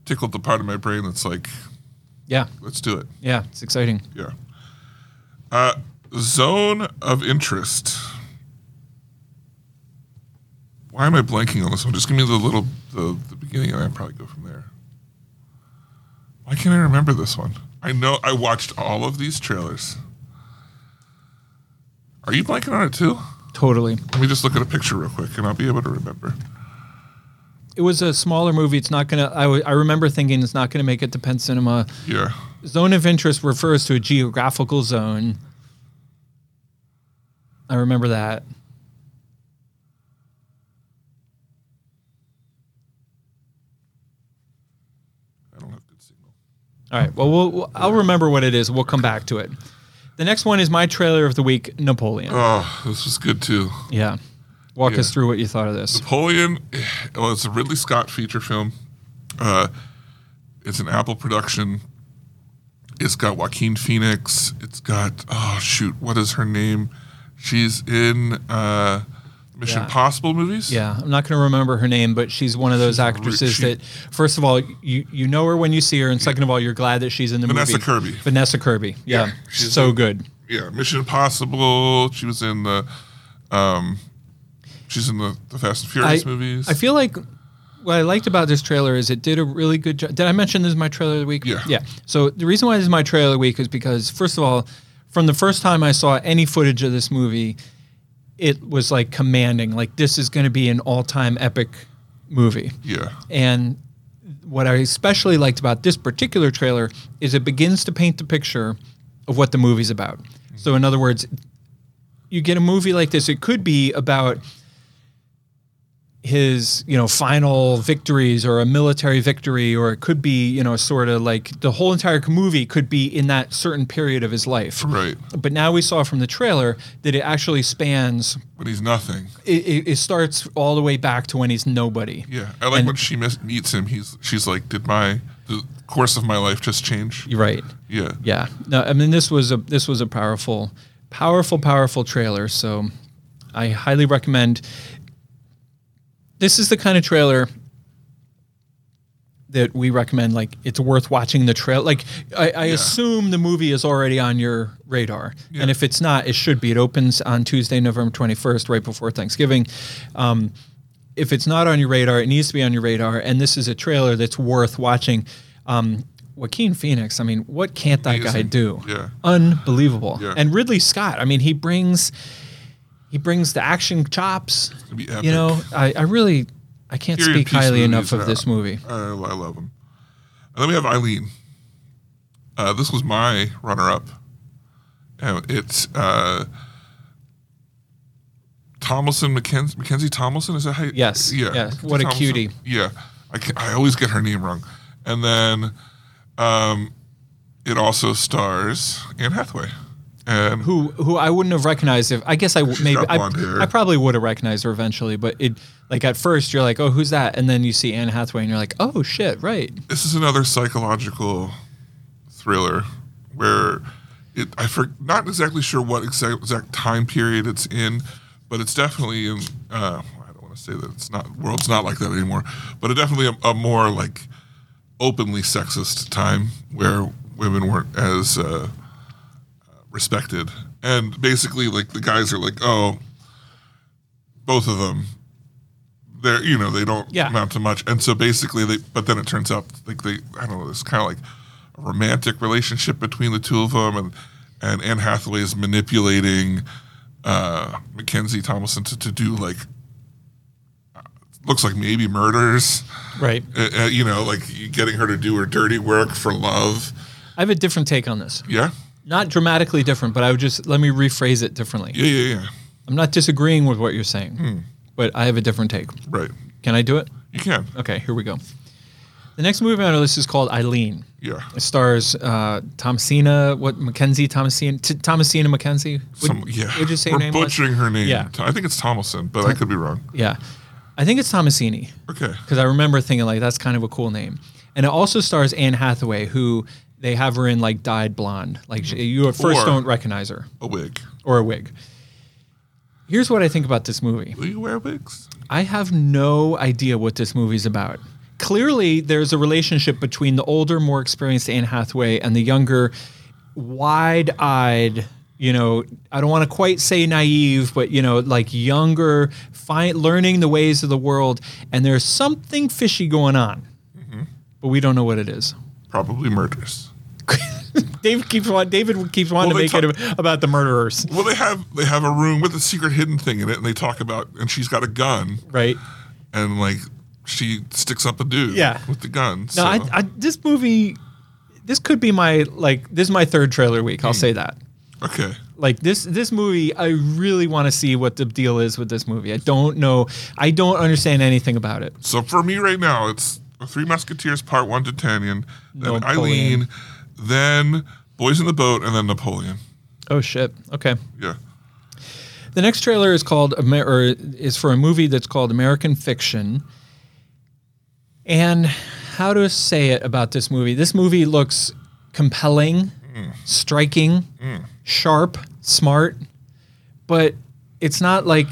[SPEAKER 2] tickled the part of my brain that's like,
[SPEAKER 3] Yeah.
[SPEAKER 2] let's do it.
[SPEAKER 3] Yeah. It's exciting.
[SPEAKER 2] Yeah. Uh, zone of interest. Why am I blanking on this one? Just give me the little the, the beginning, and I probably go from there. Why can't I remember this one? I know I watched all of these trailers. Are you blanking on it too?
[SPEAKER 3] Totally.
[SPEAKER 2] Let me just look at a picture real quick, and I'll be able to remember.
[SPEAKER 3] It was a smaller movie. It's not gonna. I, w- I remember thinking it's not gonna make it to Penn Cinema.
[SPEAKER 2] Yeah,
[SPEAKER 3] Zone of interest refers to a geographical zone. I remember that.
[SPEAKER 2] I don't have good signal.
[SPEAKER 3] All right. Well, we'll, we'll I'll remember what it is. We'll come back to it. The next one is my trailer of the week, Napoleon.
[SPEAKER 2] Oh, this was good too.
[SPEAKER 3] yeah. Walk
[SPEAKER 2] yeah.
[SPEAKER 3] us through what you thought of this.
[SPEAKER 2] Napoleon well, it's a Ridley Scott feature film. Uh, it's an Apple production. It's got Joaquin Phoenix. It's got oh shoot, what is her name? She's in uh, Mission
[SPEAKER 3] Yeah.
[SPEAKER 2] Impossible movies.
[SPEAKER 3] Yeah, I'm not going to remember her name, but she's one of those actresses
[SPEAKER 2] she-
[SPEAKER 3] that, first of all, you you know her when you see her, and second of all, you're glad that she's in the
[SPEAKER 2] Vanessa
[SPEAKER 3] movie.
[SPEAKER 2] Kirby.
[SPEAKER 3] Vanessa Kirby. Yeah,
[SPEAKER 2] Yeah, she's
[SPEAKER 3] so
[SPEAKER 2] in-
[SPEAKER 3] good.
[SPEAKER 2] yeah. Mission Impossible. She was in the, um, she's in the, the Fast and Furious movies.
[SPEAKER 3] I feel like what I liked about this trailer is it did a really good job. Did I mention this is my trailer of the week?
[SPEAKER 2] Yeah.
[SPEAKER 3] Yeah. So the reason why this is my trailer of the week is because, first of all, from the first time I saw any footage of this movie, it was like commanding. Like, this is going to be an all time epic movie.
[SPEAKER 2] yeah,
[SPEAKER 3] And what I especially liked about this particular trailer is it begins to paint the picture of what the movie's about. So, in other words, you get a movie like this, it could be about his you know final victories or a military victory or it could be you know sort of like the whole entire movie could be in that certain period of his life
[SPEAKER 2] right.
[SPEAKER 3] but now we saw from the trailer that it actually spans
[SPEAKER 2] But he's nothing.
[SPEAKER 3] it, it, it starts all the way back to when he's nobody
[SPEAKER 2] Yeah, I like
[SPEAKER 3] And-
[SPEAKER 2] when she mis- meets him. He's she's like, did my the course of my life just change?
[SPEAKER 3] You're right
[SPEAKER 2] Yeah.
[SPEAKER 3] yeah no i mean this was a this was a powerful powerful powerful trailer so i highly recommend this is the kind of trailer that we recommend like it's worth watching the trail like i, I assume the movie is already on your radar and if it's not it should be it opens on tuesday november 21st right before thanksgiving um, if it's not on your radar it needs to be on your radar and this is a trailer that's worth watching um, joaquin phoenix i mean what can't that guy
[SPEAKER 2] Amazing.
[SPEAKER 3] do
[SPEAKER 2] Yeah.
[SPEAKER 3] unbelievable
[SPEAKER 2] Yeah.
[SPEAKER 3] and ridley scott i mean he brings he brings the action chops
[SPEAKER 2] be
[SPEAKER 3] you
[SPEAKER 2] epic.
[SPEAKER 3] know i, I really i can't
[SPEAKER 2] Period
[SPEAKER 3] speak
[SPEAKER 2] piece
[SPEAKER 3] highly enough
[SPEAKER 2] movies,
[SPEAKER 3] of
[SPEAKER 2] yeah.
[SPEAKER 3] this movie
[SPEAKER 2] I, I love them. And then we have Eileen. Uh, this was my runner-up. And it's uh, Tomlinson McKenzie. Mackenzie Tomlinson is that how? you-
[SPEAKER 3] Yes,
[SPEAKER 2] Yeah.
[SPEAKER 3] yes. What a cutie.
[SPEAKER 2] Yeah. I, ca- I always get her name wrong. And then um, it also stars Anne Hathaway. And
[SPEAKER 3] who who I wouldn't have recognized if I guess I w-
[SPEAKER 2] She's
[SPEAKER 3] maybe
[SPEAKER 2] got
[SPEAKER 3] I,
[SPEAKER 2] blonde hair.
[SPEAKER 3] I probably would have recognized her eventually, but it like at first you're like, oh, who's that? And then you see Anne Hathaway and you're like, oh shit, right?
[SPEAKER 2] this is another psychological thriller where it I for, not exactly sure what exact, exact time period it's in, but it's definitely in. Uh, I don't want to say that it's not world's not like that anymore, but it definitely a, a more like openly sexist time where women weren't as uh, uh, respected, and basically like the guys are like, oh, both of them. They're, you know, they don't
[SPEAKER 3] Yeah.
[SPEAKER 2] amount to much. And so basically they but then it turns out like they I don't know, it's kinda like a romantic relationship between the two of them and and Anne Hathaway is manipulating uh Mackenzie Thomason to, to do like uh, looks like maybe murders.
[SPEAKER 3] Right.
[SPEAKER 2] Uh, uh, you know, like getting her to do her dirty work for love.
[SPEAKER 3] I have a different take on this.
[SPEAKER 2] Yeah.
[SPEAKER 3] Not dramatically different, but I would just let me rephrase it differently.
[SPEAKER 2] Yeah, yeah, yeah.
[SPEAKER 3] I'm not disagreeing with what you're saying,
[SPEAKER 2] Hmm.
[SPEAKER 3] but I have a different take.
[SPEAKER 2] Right.
[SPEAKER 3] Can I do it?
[SPEAKER 2] You can.
[SPEAKER 3] Okay, here we go. The next movie on our list is called Eileen.
[SPEAKER 2] Yeah.
[SPEAKER 3] It stars uh, Thomasina, what Mackenzie Thomasina, T- Thomasina Mackenzie. Would,
[SPEAKER 2] Some, yeah.
[SPEAKER 3] would you say her
[SPEAKER 2] We're
[SPEAKER 3] name was?
[SPEAKER 2] butchering her name.
[SPEAKER 3] Yeah.
[SPEAKER 2] I think it's Thomason, but I could be wrong.
[SPEAKER 3] Yeah, I think it's Thomasini
[SPEAKER 2] Okay.
[SPEAKER 3] because I remember thinking like that's kind of a cool name, and it also stars Anne Hathaway, who they have her in like dyed blonde. Like she, you at first
[SPEAKER 2] Or-
[SPEAKER 3] don't recognize her
[SPEAKER 2] A wig.
[SPEAKER 3] or a wig. Here's what I think about this movie.
[SPEAKER 2] Will you wear wigs?
[SPEAKER 3] I have no idea what this movie's about. Clearly, there's a relationship between the older, more experienced Anne Hathaway and the younger, wide eyed, you know, I don't want to quite say naive, but, you know, like younger, fi- learning the ways of the world. And there's something fishy going on, but we don't know what it is.
[SPEAKER 2] Probably murders.
[SPEAKER 3] Dave keeps wa- David keeps wanting
[SPEAKER 2] Well, they
[SPEAKER 3] to make it about the murderers,
[SPEAKER 2] Well, they have they have a room with a secret hidden thing in it, and they talk about and she's got a gun,
[SPEAKER 3] right?
[SPEAKER 2] and like she sticks up a dude,
[SPEAKER 3] Yeah.
[SPEAKER 2] with the gun.
[SPEAKER 3] No, I, I, this movie, this could be my like this is my third trailer week. I'll say that.
[SPEAKER 2] okay,
[SPEAKER 3] Like this this movie, I really want to see what the deal is with this movie. I don't know. I don't understand anything about it.
[SPEAKER 2] so for me right now, it's The Three Musketeers Part One, D'Artagnan, then
[SPEAKER 3] Napoleon.
[SPEAKER 2] Eileen, then Boys in the Boat, and then Napoleon.
[SPEAKER 3] Oh shit. Okay.
[SPEAKER 2] Yeah,
[SPEAKER 3] The next trailer is called Amer- or is for a movie that's called American Fiction. And how to say it about this movie? This movie looks compelling, striking, sharp, smart, but it's not like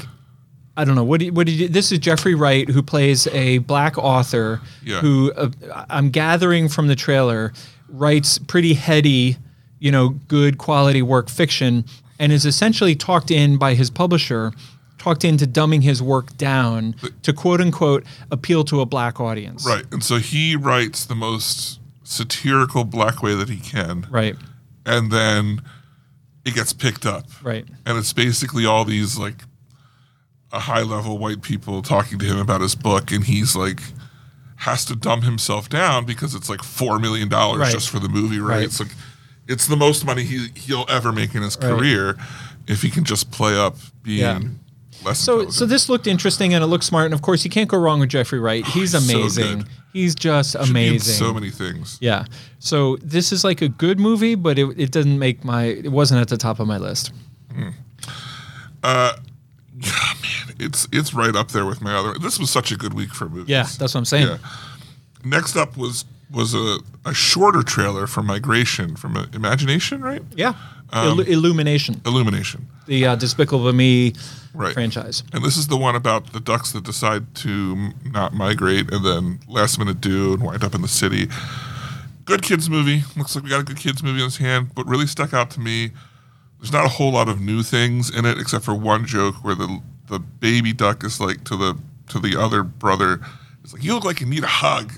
[SPEAKER 3] I don't know what do you, what do you, this is Jeffrey Wright who plays a black author
[SPEAKER 2] Yeah.
[SPEAKER 3] who uh, I'm gathering from the trailer writes pretty heady, you know, good quality work fiction and is essentially talked in by his publisher talked into dumbing his work down to quote unquote appeal to a black audience.
[SPEAKER 2] right. And so he writes the most satirical black way that he can,
[SPEAKER 3] Right.
[SPEAKER 2] and then it gets picked up,
[SPEAKER 3] Right.
[SPEAKER 2] and it's basically all these like a high level white people talking to him about his book and he's like has to dumb himself down because it's like four million dollars
[SPEAKER 3] Right.
[SPEAKER 2] just for the movie right?
[SPEAKER 3] Right.
[SPEAKER 2] it's like it's the most money he, he'll ever make in his career if he can just play up being
[SPEAKER 3] Yeah.
[SPEAKER 2] less
[SPEAKER 3] So so
[SPEAKER 2] intelligent.
[SPEAKER 3] this looked interesting and it looked smart and of course you can't go wrong with Jeffrey Wright. He's
[SPEAKER 2] Oh, so
[SPEAKER 3] amazing.
[SPEAKER 2] good.
[SPEAKER 3] he's just amazing.
[SPEAKER 2] Means so many things
[SPEAKER 3] Yeah. So this is like a good movie, but it, it doesn't make my it wasn't at the top of my list.
[SPEAKER 2] God, man, it's it's right up there with my other this was such a good week for movies
[SPEAKER 3] Yeah, that's what I'm saying.
[SPEAKER 2] Yeah. next up was was a, a shorter trailer for migration from uh, imagination right
[SPEAKER 3] Yeah.
[SPEAKER 2] Um,
[SPEAKER 3] Illu- Illumination,
[SPEAKER 2] illumination
[SPEAKER 3] the uh, Despicable Me
[SPEAKER 2] Right.
[SPEAKER 3] franchise.
[SPEAKER 2] And this is the one about the ducks that decide to m- not migrate and then last minute do and wind up in the city. Good kids movie. Looks like we got a good kids movie in his hand. What really stuck out to me, there's not a whole lot of new things in it except for one joke where the the baby duck is like to the to the other brother. It's like you look like you need a hug,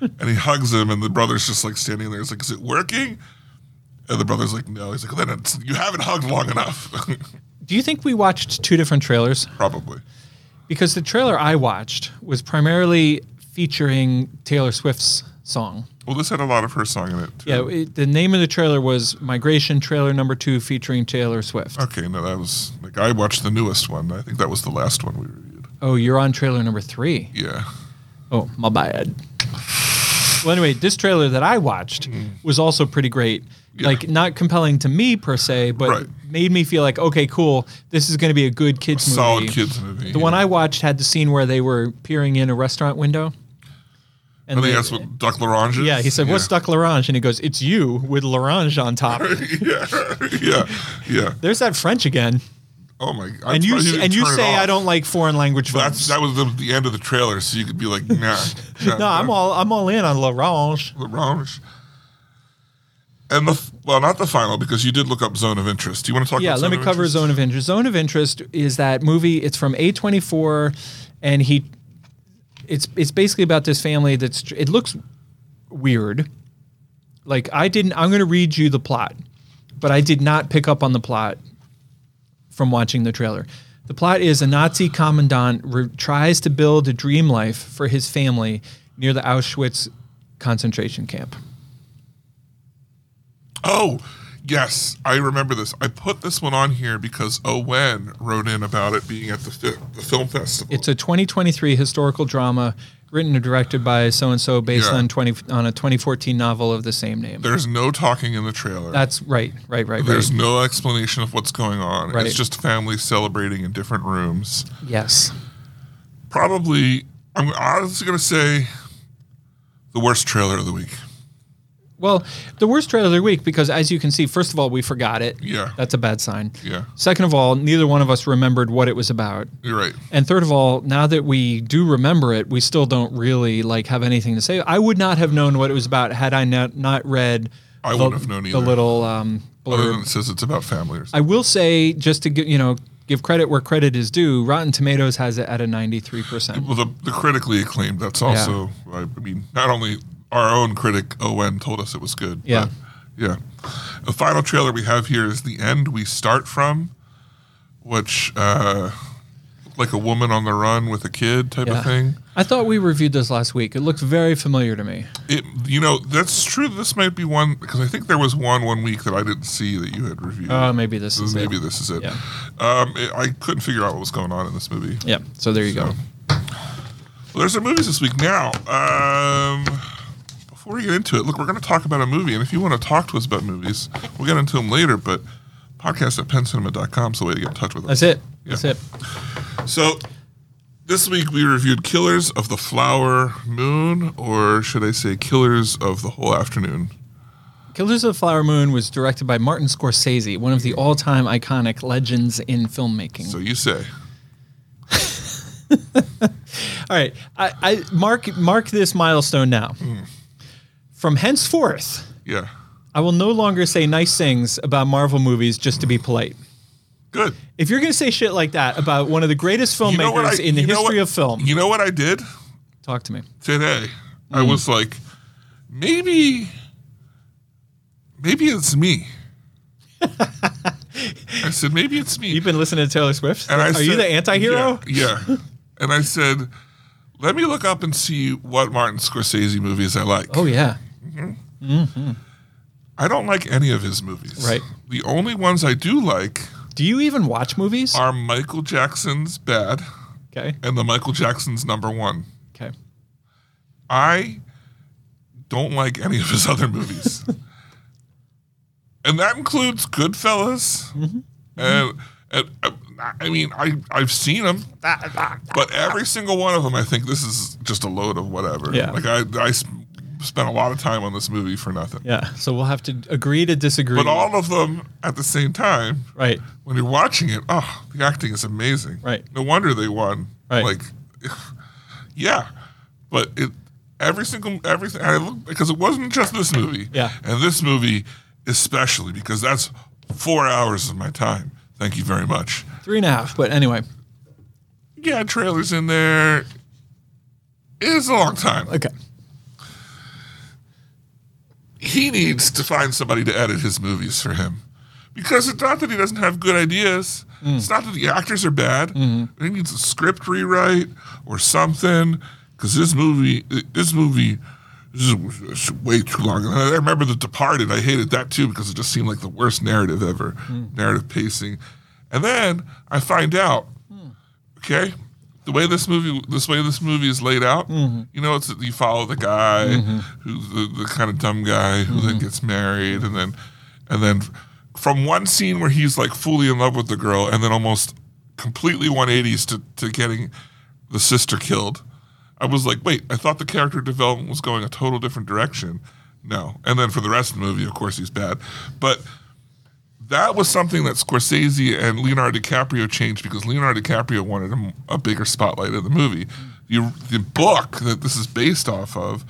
[SPEAKER 2] and he hugs him, and the brother's just like standing there. It's like, is it working? And the brother's like, no. He's like, then it's, you haven't hugged long enough,
[SPEAKER 3] Do you think we watched two different trailers?
[SPEAKER 2] probably.
[SPEAKER 3] Because the trailer I watched was primarily featuring Taylor Swift's song.
[SPEAKER 2] Well, this had a lot of her song in it. Too.
[SPEAKER 3] Yeah, it, the name of the trailer was Migration Trailer Number Two featuring Taylor Swift.
[SPEAKER 2] Okay, no, that was like I watched the newest one. I think that was the last one we reviewed.
[SPEAKER 3] Oh, you're on trailer number three.
[SPEAKER 2] Yeah.
[SPEAKER 3] Oh, my bad. Well, anyway, this trailer that I watched
[SPEAKER 2] Mm.
[SPEAKER 3] was also pretty great. Like not compelling to me per se, but
[SPEAKER 2] Right.
[SPEAKER 3] made me feel like okay, cool. This is going to be a good kids movie.
[SPEAKER 2] Solid kids movie.
[SPEAKER 3] The one I watched had the scene where they were peering in a restaurant window.
[SPEAKER 2] I
[SPEAKER 3] And
[SPEAKER 2] think
[SPEAKER 3] they-
[SPEAKER 2] that's what Duck Larange is.
[SPEAKER 3] yeah, he said, "What's Duck Larange?" And he goes, "It's you with Larange on top."
[SPEAKER 2] yeah, yeah, yeah.
[SPEAKER 3] There's that French again.
[SPEAKER 2] Oh my! god.
[SPEAKER 3] And you s- and you say I don't like foreign language
[SPEAKER 2] That's
[SPEAKER 3] films.
[SPEAKER 2] that was the, the end of the trailer, so you could be like, nah. nah
[SPEAKER 3] no, I'm all I'm all in on Larange.
[SPEAKER 2] Larange. And the f- well, not the final because you did look up zone of interest. Do you want to talk?
[SPEAKER 3] yeah
[SPEAKER 2] about
[SPEAKER 3] let me
[SPEAKER 2] of
[SPEAKER 3] cover
[SPEAKER 2] interest?
[SPEAKER 3] zone of interest zone of interest is that movie it's from a24 and he it's it's basically about this family that's tr- it looks weird like i didn't i'm going to read you the plot but i did not pick up on the plot from watching the trailer the plot is a nazi commandant re- tries to build a dream life for his family near the auschwitz concentration camp
[SPEAKER 2] Oh, yes, I remember this. I put this one on here because Owen wrote in about it being at the, fi- the film festival.
[SPEAKER 3] It's a 2023 historical drama written and directed by so and so based
[SPEAKER 2] Yeah.
[SPEAKER 3] on 20 on a 2014 novel of the same name.
[SPEAKER 2] There's no talking in the trailer.
[SPEAKER 3] That's right, right, right,
[SPEAKER 2] There's
[SPEAKER 3] right.
[SPEAKER 2] no explanation of what's going on.
[SPEAKER 3] Right.
[SPEAKER 2] It's just families celebrating in different rooms.
[SPEAKER 3] yes.
[SPEAKER 2] Probably, I'm honestly going to say the worst trailer of the week.
[SPEAKER 3] Well, the worst trailer of the week because as you can see, first of all, we forgot it.
[SPEAKER 2] Yeah.
[SPEAKER 3] That's a bad sign.
[SPEAKER 2] Yeah.
[SPEAKER 3] Second of all, neither one of us remembered what it was about.
[SPEAKER 2] You're right.
[SPEAKER 3] And third of all, now that we do remember it, we still don't really like have anything to say. I would not have known what it was about had I not not read
[SPEAKER 2] I
[SPEAKER 3] the,
[SPEAKER 2] wouldn't have known
[SPEAKER 3] the
[SPEAKER 2] either.
[SPEAKER 3] little um,
[SPEAKER 2] Other
[SPEAKER 3] blurb
[SPEAKER 2] than it says it's about family or
[SPEAKER 3] I
[SPEAKER 2] something.
[SPEAKER 3] will say just to give you know give credit where credit is due. Rotten Tomatoes has it at a ninety three percent.
[SPEAKER 2] well, the, the critically acclaimed, that's also, I mean, not only our own critic, Owen, told us it was good.
[SPEAKER 3] Yeah.
[SPEAKER 2] but yeah. The final trailer we have here is The End We Start From, which, uh, like a woman on the run with a kid type
[SPEAKER 3] Yeah.
[SPEAKER 2] of thing.
[SPEAKER 3] I thought we reviewed this last week. It looked very familiar to me.
[SPEAKER 2] It, you know, that's true. This might be one because I think there was one one week that I didn't see that you had reviewed.
[SPEAKER 3] Oh, maybe this
[SPEAKER 2] So
[SPEAKER 3] is
[SPEAKER 2] maybe
[SPEAKER 3] it.
[SPEAKER 2] this is it.
[SPEAKER 3] Yeah.
[SPEAKER 2] Um, it- I couldn't figure out what was going on in this movie.
[SPEAKER 3] Yeah. So there you go.
[SPEAKER 2] Well, there's our movies this week now. Um, before we get into it, look, we're going to talk about a movie, and if you want to talk to us about movies, we'll get into them later. But podcast at pencinema.com is the way to get in touch with us.
[SPEAKER 3] That's it. That's
[SPEAKER 2] Yeah.
[SPEAKER 3] it.
[SPEAKER 2] So this week we reviewed Killers of the Flower Moon, or should I say Killers of the Whole Afternoon?
[SPEAKER 3] Killers of the Flower Moon was directed by Martin Scorsese, one of the all time iconic legends in filmmaking.
[SPEAKER 2] So you say.
[SPEAKER 3] all right. I, I mark mark this milestone now.
[SPEAKER 2] Hmm.
[SPEAKER 3] From henceforth,
[SPEAKER 2] Yeah.
[SPEAKER 3] I will no longer say nice things about Marvel movies just to be polite.
[SPEAKER 2] Good.
[SPEAKER 3] If you're going to say shit like that about one of the greatest filmmakers in the
[SPEAKER 2] you know
[SPEAKER 3] history
[SPEAKER 2] what-
[SPEAKER 3] of film,
[SPEAKER 2] You know what I did
[SPEAKER 3] talk to me.
[SPEAKER 2] today? I
[SPEAKER 3] Mm.
[SPEAKER 2] was like, maybe, maybe it's me. I said, maybe it's me.
[SPEAKER 3] You've been listening to Taylor Swift.
[SPEAKER 2] And I
[SPEAKER 3] Are you
[SPEAKER 2] said-
[SPEAKER 3] the anti-hero?
[SPEAKER 2] Yeah, yeah. And I said, let me look up and see what Martin Scorsese movies I like.
[SPEAKER 3] Oh yeah.
[SPEAKER 2] I don't like any of his movies.
[SPEAKER 3] Right.
[SPEAKER 2] The only ones I do like
[SPEAKER 3] Do you even watch movies?
[SPEAKER 2] are Michael Jackson's Bad
[SPEAKER 3] Okay.
[SPEAKER 2] and the Michael Jackson's Number One.
[SPEAKER 3] Okay.
[SPEAKER 2] I don't like any of his other movies. and that includes Goodfellas.
[SPEAKER 3] Mm-hmm.
[SPEAKER 2] And, and uh, I mean, I, I've seen them, but every single one of them, I think this is just a load of whatever.
[SPEAKER 3] Yeah.
[SPEAKER 2] Like, I, I sp- spent a lot of time on this movie for nothing.
[SPEAKER 3] Yeah. So we'll have to agree to disagree.
[SPEAKER 2] But all of them at the same time,
[SPEAKER 3] right.
[SPEAKER 2] when you're watching it, oh, the acting is amazing.
[SPEAKER 3] Right.
[SPEAKER 2] No wonder they won.
[SPEAKER 3] Right.
[SPEAKER 2] Like, yeah, but it every single everything I look because it wasn't just this movie.
[SPEAKER 3] Yeah.
[SPEAKER 2] And this movie especially because that's four hours of my time. Thank you very much.
[SPEAKER 3] Three and a half. But anyway.
[SPEAKER 2] Yeah, trailers in there. It's a long time.
[SPEAKER 3] Okay.
[SPEAKER 2] he needs to find somebody to edit his movies for him. Because it's not that he doesn't have good ideas. It's not that the actors are bad. He needs a script rewrite or something. Because this movie, this movie, this is it's way too long. And I remember The Departed. I hated that too because it just seemed like the worst narrative ever, narrative pacing. And then I find out, okay, the way this movie this way this movie is laid out, you know, it's that you follow the guy who's the, the kind of dumb guy who then gets married and then and then from one scene where he's like fully in love with the girl and then almost completely 180s to, to getting the sister killed. I was like, wait, I thought the character development was going a total different direction. No. And then for the rest of the movie, of course, he's bad. But that was something that Scorsese and Leonardo DiCaprio changed because Leonardo DiCaprio wanted a, m- a bigger spotlight in the movie. The, the book that this is based off of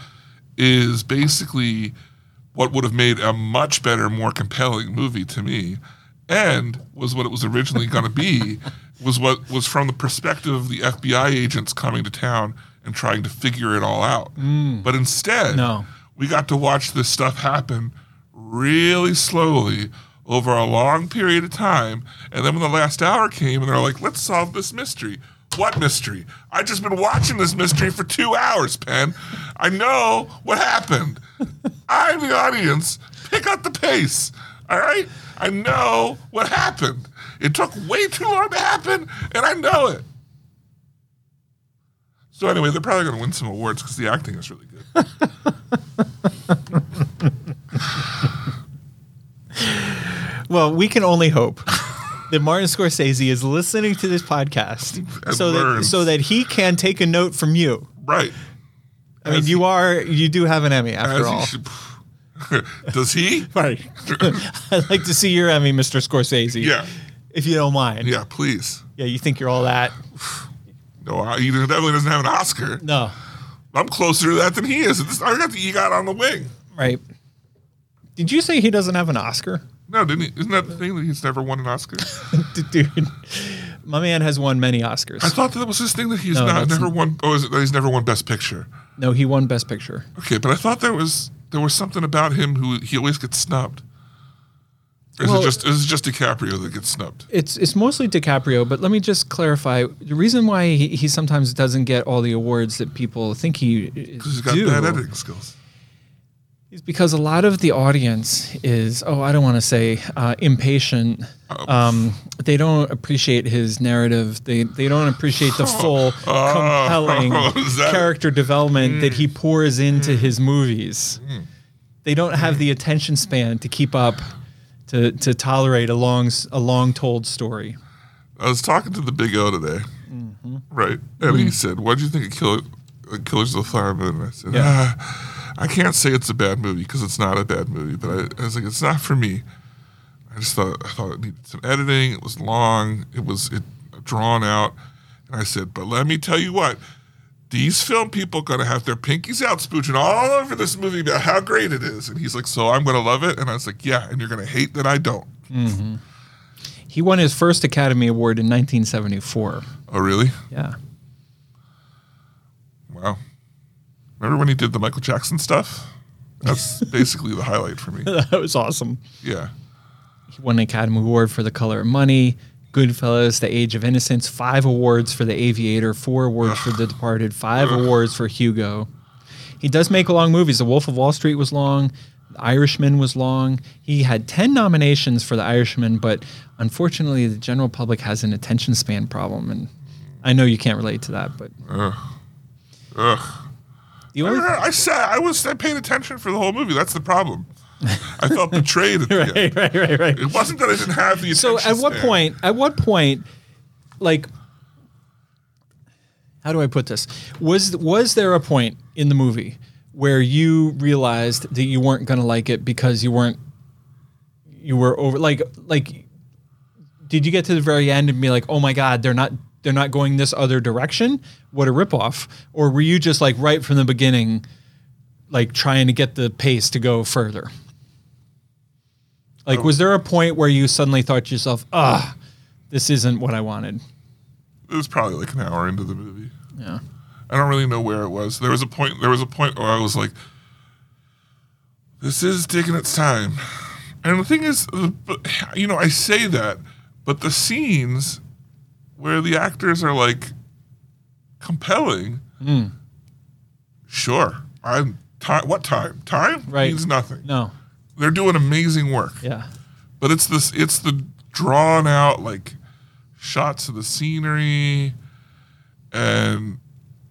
[SPEAKER 2] is basically what would have made a much better, more compelling movie to me, and was what it was originally going to be. Was what was from the perspective of the FBI agents coming to town and trying to figure it all out. But instead,
[SPEAKER 3] No.
[SPEAKER 2] we got to watch this stuff happen really slowly over a long period of time. And then when the last hour came and they're like, let's solve this mystery. What mystery? I've just been watching this mystery for two hours, Pen. I know what happened. I'm the audience. Pick up the pace. All right? I know what happened. It took way too long to happen, and I know it. So anyway, they're probably going to win some awards because the acting is really good.
[SPEAKER 4] Well, we can only hope that Martin Scorsese is listening to this podcast
[SPEAKER 2] And
[SPEAKER 4] so that
[SPEAKER 2] learns.
[SPEAKER 4] so that he can take a note from you.
[SPEAKER 2] Right.
[SPEAKER 4] I mean, you are you do have an Emmy after
[SPEAKER 2] As
[SPEAKER 4] all.
[SPEAKER 2] he should- Does he?
[SPEAKER 4] Right. I'd like to see your Emmy, Mr. Scorsese.
[SPEAKER 2] Yeah.
[SPEAKER 4] If you don't mind.
[SPEAKER 2] Yeah, please.
[SPEAKER 4] Yeah, you think you're all that.
[SPEAKER 2] No, I- he definitely doesn't have an Oscar.
[SPEAKER 4] No.
[SPEAKER 2] I'm closer to that than he is. This- I got the EGOT on the wing.
[SPEAKER 4] Right. Did you say he doesn't have an Oscar?
[SPEAKER 2] No, didn't he? Isn't that the thing that he's never won an Oscar?
[SPEAKER 4] D- Dude, my man has won many
[SPEAKER 2] I
[SPEAKER 4] Oscars.
[SPEAKER 2] thought that was his thing that he's
[SPEAKER 4] No,
[SPEAKER 2] not
[SPEAKER 4] that's-
[SPEAKER 2] never won. Oh, is it that he's never won Best Picture?
[SPEAKER 4] No, he won Best Picture.
[SPEAKER 2] Okay, but I thought there was there was something about him who he always gets snubbed. Or Is
[SPEAKER 3] Well-
[SPEAKER 2] it just is it just DiCaprio that gets snubbed?
[SPEAKER 3] It's it's mostly DiCaprio, but let me just clarify the reason why he, he sometimes doesn't get all the awards that people think he
[SPEAKER 2] Because he's got
[SPEAKER 3] do.
[SPEAKER 2] bad editing skills.
[SPEAKER 3] is because a lot of the audience is oh I don't want to say uh, impatient. Um, they don't appreciate his narrative. They they don't appreciate the full compelling
[SPEAKER 2] Oh. is that- Hmm.
[SPEAKER 3] character development that he pours into his movies. They don't
[SPEAKER 2] Hmm.
[SPEAKER 3] have the attention span to keep up to to tolerate a long s- a long told story.
[SPEAKER 2] I was talking to the Big O today, right? And he said, "What do you think of Killer, uh, Killers of the Flower Moon?" And I said, ah, "I can't say it's a bad movie because it's not a bad movie, but I, I was like, it's not for me. I just thought I thought it needed some editing. It was long. It was it drawn out." And I said, "But let me tell you what." These film people gonna have their pinkies out spooching all over this movie about how great it is, and he's like, "So I'm gonna love it," and I was like, "Yeah," and you're gonna hate that I don't.
[SPEAKER 3] He won his first Academy Award in 1974.
[SPEAKER 2] Oh, really?
[SPEAKER 3] Yeah.
[SPEAKER 2] Wow. Remember when he did the Michael Jackson stuff? That's basically the highlight for me.
[SPEAKER 4] That was awesome.
[SPEAKER 2] Yeah.
[SPEAKER 3] He won an Academy Award for The Color of Money, Goodfellas, The Age of Innocence, five awards for The Aviator, four awards for The Departed, five awards for Hugo. He does make long movies. The Wolf of Wall Street was long. The Irishman was long. He had 10 nominations for The Irishman, but unfortunately, the general public has an attention span problem. And I know you can't relate to that, but.
[SPEAKER 2] Ugh.
[SPEAKER 3] The
[SPEAKER 2] I,
[SPEAKER 3] only,
[SPEAKER 2] don't know. I sat. I was. I paid attention for the whole movie. That's the problem. I felt betrayed at the
[SPEAKER 4] Right,
[SPEAKER 2] end.
[SPEAKER 4] right, right, right.
[SPEAKER 2] It wasn't that I didn't have the.
[SPEAKER 3] so
[SPEAKER 2] attention
[SPEAKER 3] at what
[SPEAKER 2] span.
[SPEAKER 3] point at what point like how do i put this was was there a point in the movie where you realized that you weren't going to like it because you weren't you were over like like did you get to the very end and be like oh my god they're not they're not going this other direction what a ripoff or were you just like right from the beginning like trying to get the pace to go further
[SPEAKER 2] Oh.
[SPEAKER 3] like, was there a point where you suddenly thought to yourself, ah, this isn't what I wanted?
[SPEAKER 2] It was probably like an hour into the movie.
[SPEAKER 3] Yeah.
[SPEAKER 2] I don't really know where it was. There was a point. There was a point where I was like, "This is taking its time." And the thing is, the- but- you know, I say that, but the scenes where the actors are like compelling,
[SPEAKER 3] Hmm.
[SPEAKER 2] sure. I'm time. What time? Time
[SPEAKER 3] Right.
[SPEAKER 2] means nothing.
[SPEAKER 3] No.
[SPEAKER 2] They're doing amazing work
[SPEAKER 3] Yeah.
[SPEAKER 2] but it's this it's the drawn out like shots of the scenery and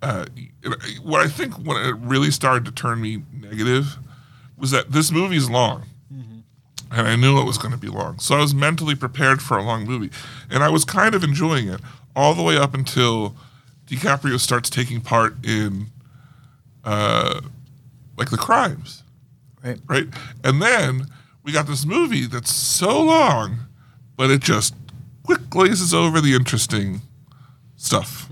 [SPEAKER 2] uh, it- what I think when it really started to turn me negative was that this movie's long,
[SPEAKER 3] Mm-hmm.
[SPEAKER 2] and I knew it was going to be long, so I was mentally prepared for a long movie, and I was kind of enjoying it all the way up until DiCaprio starts taking part in, uh, like the crimes,
[SPEAKER 4] Right.
[SPEAKER 2] Right, and then we got this movie that's so long, but it just quick glazes over the interesting stuff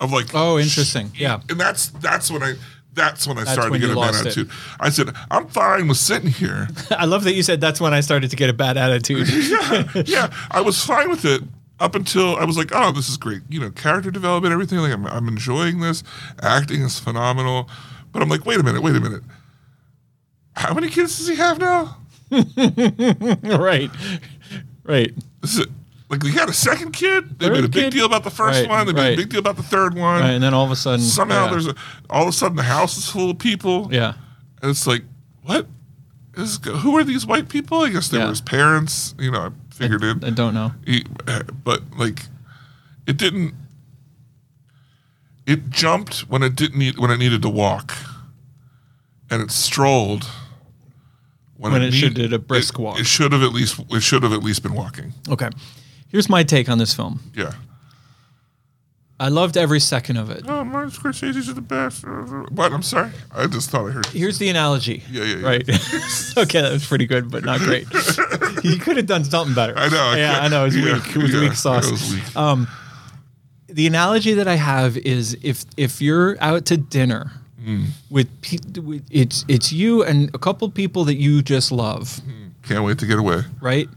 [SPEAKER 2] of like
[SPEAKER 3] Oh, interesting. Yeah.
[SPEAKER 2] and that's that's when I that's when I started
[SPEAKER 3] when
[SPEAKER 2] to
[SPEAKER 3] you
[SPEAKER 2] get a bad
[SPEAKER 3] lost it.
[SPEAKER 2] attitude. I said, I'm fine with sitting here.
[SPEAKER 4] I love that you said that's when I started to get a bad attitude.
[SPEAKER 2] yeah, I was fine with it up until I was like, oh, this is great. You know, character development, everything. Like I'm, I'm enjoying this. Acting is phenomenal. But I'm like, wait a minute, wait a minute. How many kids does he have now?
[SPEAKER 4] right. Right.
[SPEAKER 2] This is like we got a second kid. They made a
[SPEAKER 4] Third
[SPEAKER 2] big
[SPEAKER 4] kid?
[SPEAKER 2] deal about the first
[SPEAKER 4] Right,
[SPEAKER 2] one. They made a
[SPEAKER 4] right.
[SPEAKER 2] big deal about the third one.
[SPEAKER 4] Right, and then all of a sudden
[SPEAKER 2] Somehow
[SPEAKER 4] yeah.
[SPEAKER 2] there's a, all of a sudden the house is full of people.
[SPEAKER 4] yeah.
[SPEAKER 2] And it's like, what? Is, who are these white people? I guess they
[SPEAKER 4] Yeah.
[SPEAKER 2] were his parents. You know, I figured
[SPEAKER 4] I
[SPEAKER 2] in.
[SPEAKER 4] don't know.
[SPEAKER 2] He- but like, it didn't. It jumped when it didn't need when it needed to walk, and it strolled
[SPEAKER 4] When it should did a brisk
[SPEAKER 2] it-
[SPEAKER 4] walk.
[SPEAKER 2] It should have at least it should have at least been walking.
[SPEAKER 4] Okay. Here's my take on this film.
[SPEAKER 2] Yeah.
[SPEAKER 3] I loved every second of it.
[SPEAKER 2] Oh, Martin Scorsese's the best. What? I'm sorry. I just thought I heard.
[SPEAKER 3] Here's the analogy.
[SPEAKER 2] Yeah, yeah, yeah.
[SPEAKER 4] Right. okay, that was pretty good, but not great. you could have done something better.
[SPEAKER 2] I know. I
[SPEAKER 4] yeah,
[SPEAKER 2] can't-
[SPEAKER 4] I know. It was
[SPEAKER 2] yeah,
[SPEAKER 4] weak. It was
[SPEAKER 2] yeah,
[SPEAKER 4] weak sauce. Um,
[SPEAKER 2] It was weak.
[SPEAKER 3] the analogy that I have is if if you're out to dinner with, pe- with it's it's you and a couple people that you just love,
[SPEAKER 2] Can't wait to get away.
[SPEAKER 3] right?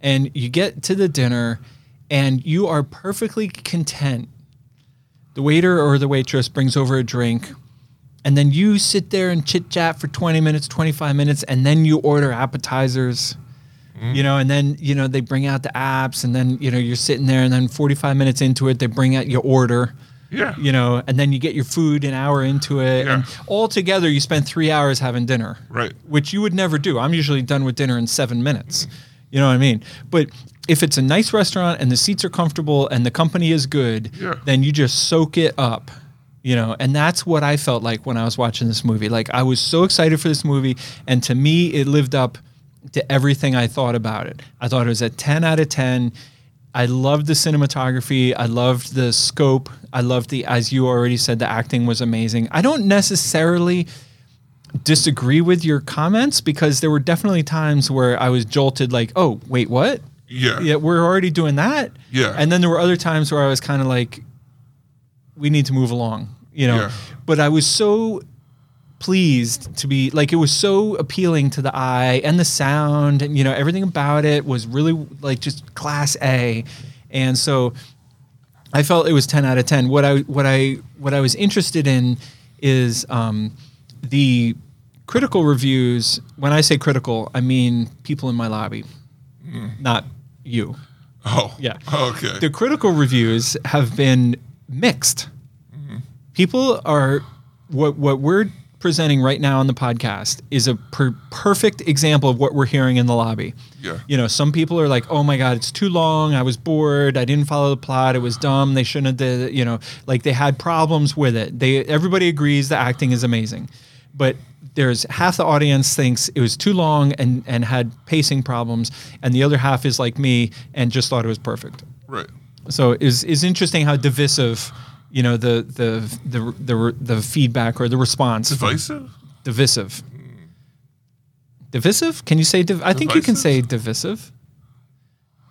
[SPEAKER 3] And you get to the dinner and you are perfectly content. The waiter or the waitress brings over a drink and then you sit there and chit chat for 20 minutes, 25 minutes and then you order appetizers.
[SPEAKER 2] Mm.
[SPEAKER 3] You know, and then you know they bring out the apps, and then you know you're sitting there, and then 45 minutes into it, they bring out your order,
[SPEAKER 2] Yeah.
[SPEAKER 3] you know, and then you get your food an hour into it, and
[SPEAKER 2] Yeah.
[SPEAKER 3] all together you spend three hours having dinner,
[SPEAKER 2] Right.
[SPEAKER 3] which you would never do. I'm usually done with dinner in seven minutes. You know what I mean? But if it's a nice restaurant and the seats are comfortable and the company is good,
[SPEAKER 2] Yeah.
[SPEAKER 3] then you just soak it up. You know, and that's what I felt like when I was watching this movie. Like I was so excited for this movie, and to me, it lived up to everything I thought about it. I thought it was a 10 out of 10. I loved the cinematography. I loved the scope. I loved the, as you already said, the acting was amazing. I don't necessarily disagree with your comments because there were definitely times where I was jolted, like, oh, wait, what?
[SPEAKER 2] Yeah.
[SPEAKER 3] Yeah, we're already doing that.
[SPEAKER 2] Yeah.
[SPEAKER 3] And then there were other times where I was kind of like, we need to move along, you know?
[SPEAKER 2] Yeah.
[SPEAKER 3] But I was so pleased to be like it was so appealing to the eye and the sound and you know everything about it was really like just class A and so I felt it was 10 out of 10 what I what I what I was interested in is um the critical reviews when I say critical I mean people in my lobby not you
[SPEAKER 2] Mm. Oh.
[SPEAKER 3] Yeah.
[SPEAKER 2] Okay.
[SPEAKER 3] the critical reviews have been mixed. People are what what we're presenting right now on the podcast is a per- perfect example of what we're hearing in the lobby.
[SPEAKER 2] Yeah.
[SPEAKER 3] You know, some people are like, "Oh my god, it's too long. I was bored. I didn't follow the plot. It was dumb. They shouldn't have did it." You know, like they had problems with it. They everybody agrees the acting is amazing. But there's half the audience thinks it was too long and and had pacing problems, and the other half is like me and just thought it was perfect.
[SPEAKER 2] right.
[SPEAKER 3] So is is interesting how divisive, you know, the the the the, the feedback or the response
[SPEAKER 2] Divisive.
[SPEAKER 3] divisive. Divisive? Can you say? Div- I think you can say divisive.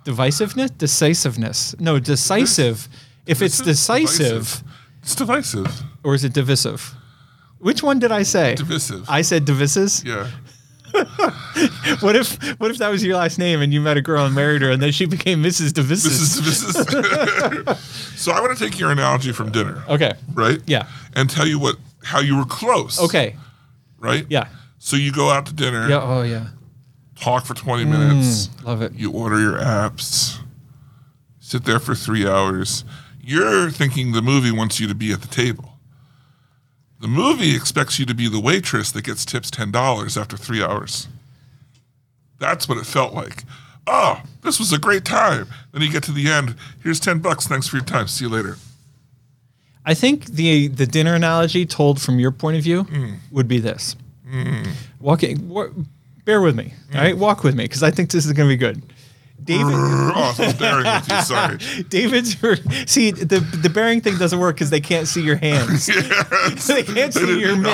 [SPEAKER 3] Divisiveness, decisiveness. No, decisive. If it's decisive,
[SPEAKER 2] It's divisive.
[SPEAKER 3] or is it divisive? Which one did I say?
[SPEAKER 2] Divisive.
[SPEAKER 3] I said divisive.
[SPEAKER 2] yeah.
[SPEAKER 3] What if what if that was your last name and you met a girl and married her and then she became Mrs. Divisive?
[SPEAKER 2] This is this is. so I want to take your analogy from dinner,
[SPEAKER 3] okay.
[SPEAKER 2] right?
[SPEAKER 3] Oh. Yeah.
[SPEAKER 2] And tell you what how you were close.
[SPEAKER 3] Okay.
[SPEAKER 2] Right.
[SPEAKER 3] Yeah.
[SPEAKER 2] So you go out to dinner,
[SPEAKER 3] Yeah. Oh yeah.
[SPEAKER 2] talk for twenty minutes,
[SPEAKER 3] Love it.
[SPEAKER 2] you order your apps, sit there for three hours. You're thinking the movie wants you to be at the table. The movie expects you to be the waitress that gets tips ten dollars after three hours. That's what it felt like. Oh, this was a great time. Then you get to the end. Here's ten bucks. Thanks for your time. See you later.
[SPEAKER 3] I think the the dinner analogy told from your point of view would be this. Walking, wa- bear with me. All right, walk with me because I think this is going to be good. David,
[SPEAKER 2] oh, I'm bearing with you. Sorry.
[SPEAKER 3] David's see the the bearing thing doesn't work because they can't see your hands. they can't see your mitts.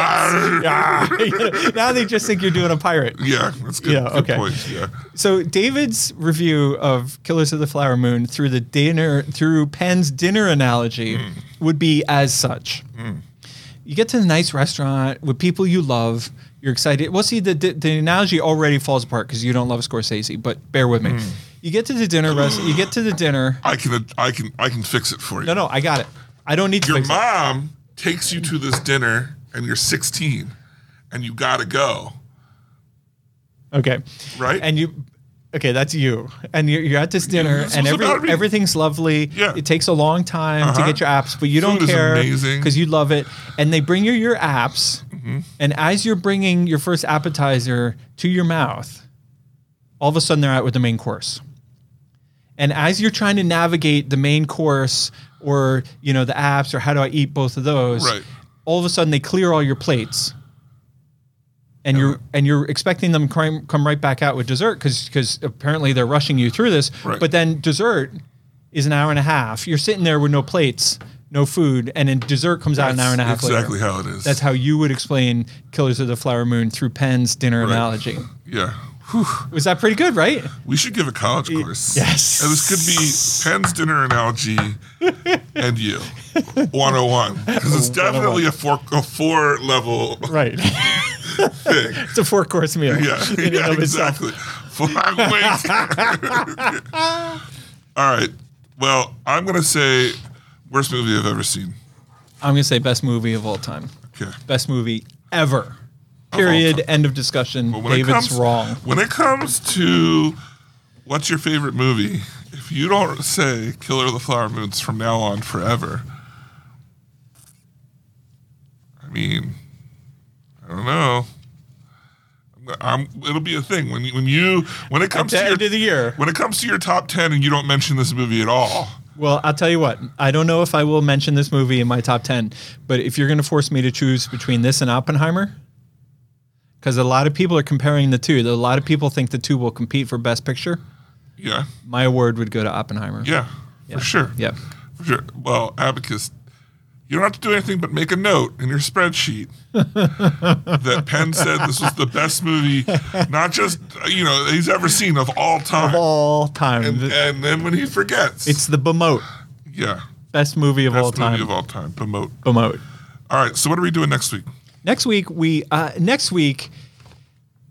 [SPEAKER 3] You know, now they just think you're doing a pirate.
[SPEAKER 2] yeah, that's good.
[SPEAKER 3] Yeah,
[SPEAKER 2] good
[SPEAKER 3] okay.
[SPEAKER 2] point. Yeah.
[SPEAKER 3] So David's review of Killers of the Flower Moon through the dinner through Penn's dinner analogy would be as such. You get to a nice restaurant with people you love. You're excited. Well, see, the the, the analogy already falls apart because you don't love Scorsese. But bear with me. You get to the dinner rest. You get to the dinner.
[SPEAKER 2] I can I can I can fix it for you.
[SPEAKER 3] No, no, I got it. I don't need to.
[SPEAKER 2] Your
[SPEAKER 3] fix it.
[SPEAKER 2] mom takes you to this dinner and you're 16 and you got to go,
[SPEAKER 3] Okay.
[SPEAKER 2] right?
[SPEAKER 3] And you, okay, that's you. And you're, you're at this dinner,
[SPEAKER 2] This
[SPEAKER 3] and
[SPEAKER 2] was
[SPEAKER 3] every,
[SPEAKER 2] about me.
[SPEAKER 3] everything's lovely.
[SPEAKER 2] Yeah.
[SPEAKER 3] It takes a long time to
[SPEAKER 2] Uh-huh.
[SPEAKER 3] get your apps, but you don't
[SPEAKER 2] Food is
[SPEAKER 3] care
[SPEAKER 2] amazing. Mm-hmm.
[SPEAKER 3] because you love it. And they bring you your apps, and as you're bringing your first appetizer to your mouth, all of a sudden they're out with the main course. And as you're trying to navigate the main course or you know the apps or how do I eat both of those,
[SPEAKER 2] Right.
[SPEAKER 3] all of a sudden they clear all your plates. And you're and you're expecting them come come right back out with dessert because apparently they're rushing you through this.
[SPEAKER 2] Right.
[SPEAKER 3] But then dessert is an hour and a half. You're sitting there with no plates, no food, and then dessert comes out an hour and a half later.
[SPEAKER 2] exactly how it is.
[SPEAKER 3] That's how you would explain Killers of the Flower Moon through Penn's dinner
[SPEAKER 2] Right.
[SPEAKER 3] analogy.
[SPEAKER 2] yeah.
[SPEAKER 3] Was that pretty good, right?
[SPEAKER 2] We should give a college course.
[SPEAKER 3] yes.
[SPEAKER 2] And this could be Penn's dinner analogy and you 101. Because it's definitely a four, a four level
[SPEAKER 3] Right.
[SPEAKER 2] thing.
[SPEAKER 3] It's a four course meal.
[SPEAKER 2] Yeah,
[SPEAKER 3] in
[SPEAKER 2] yeah,
[SPEAKER 3] and of itself.
[SPEAKER 2] exactly. Four- wait. All right. Well, I'm going to say worst movie I've ever seen.
[SPEAKER 3] I'm gonna say best movie of all time.
[SPEAKER 2] Okay.
[SPEAKER 3] Best movie ever. Period. end of discussion.
[SPEAKER 2] But
[SPEAKER 3] David's wrong.
[SPEAKER 2] When it comes to what's your favorite movie, if you don't say Killer of the Flower Moons from now on forever, I mean, I don't know. I'm, it'll be a thing when you, when you when it comes
[SPEAKER 3] the
[SPEAKER 2] to your,
[SPEAKER 3] end of the year.
[SPEAKER 2] when it comes to your top ten and you don't mention this movie at all.
[SPEAKER 3] Well, I'll tell you what. I don't know if I will mention this movie in my top ten, but if you're gonna force me to choose between this and Oppenheimer, because a lot of people are comparing the two. A lot of people think the two will compete for best picture.
[SPEAKER 2] Yeah,
[SPEAKER 3] My award would go to Oppenheimer.
[SPEAKER 2] yeah, for sure.
[SPEAKER 3] Yeah.
[SPEAKER 2] for sure. Well, Abacus, you don't have to do anything but make a note in your spreadsheet that Penn said this was the best movie, not just uh, you know that he's ever seen of all time.
[SPEAKER 3] Of all time.
[SPEAKER 2] and,
[SPEAKER 3] The-
[SPEAKER 2] and then when he forgets,
[SPEAKER 3] it's the Bemote.
[SPEAKER 2] yeah,
[SPEAKER 3] Best movie of
[SPEAKER 2] best
[SPEAKER 3] all
[SPEAKER 2] movie
[SPEAKER 3] time.
[SPEAKER 2] of all time. Promote.
[SPEAKER 3] Bemote.
[SPEAKER 2] All right, so what are we doing next week?
[SPEAKER 3] Next week we uh, next week,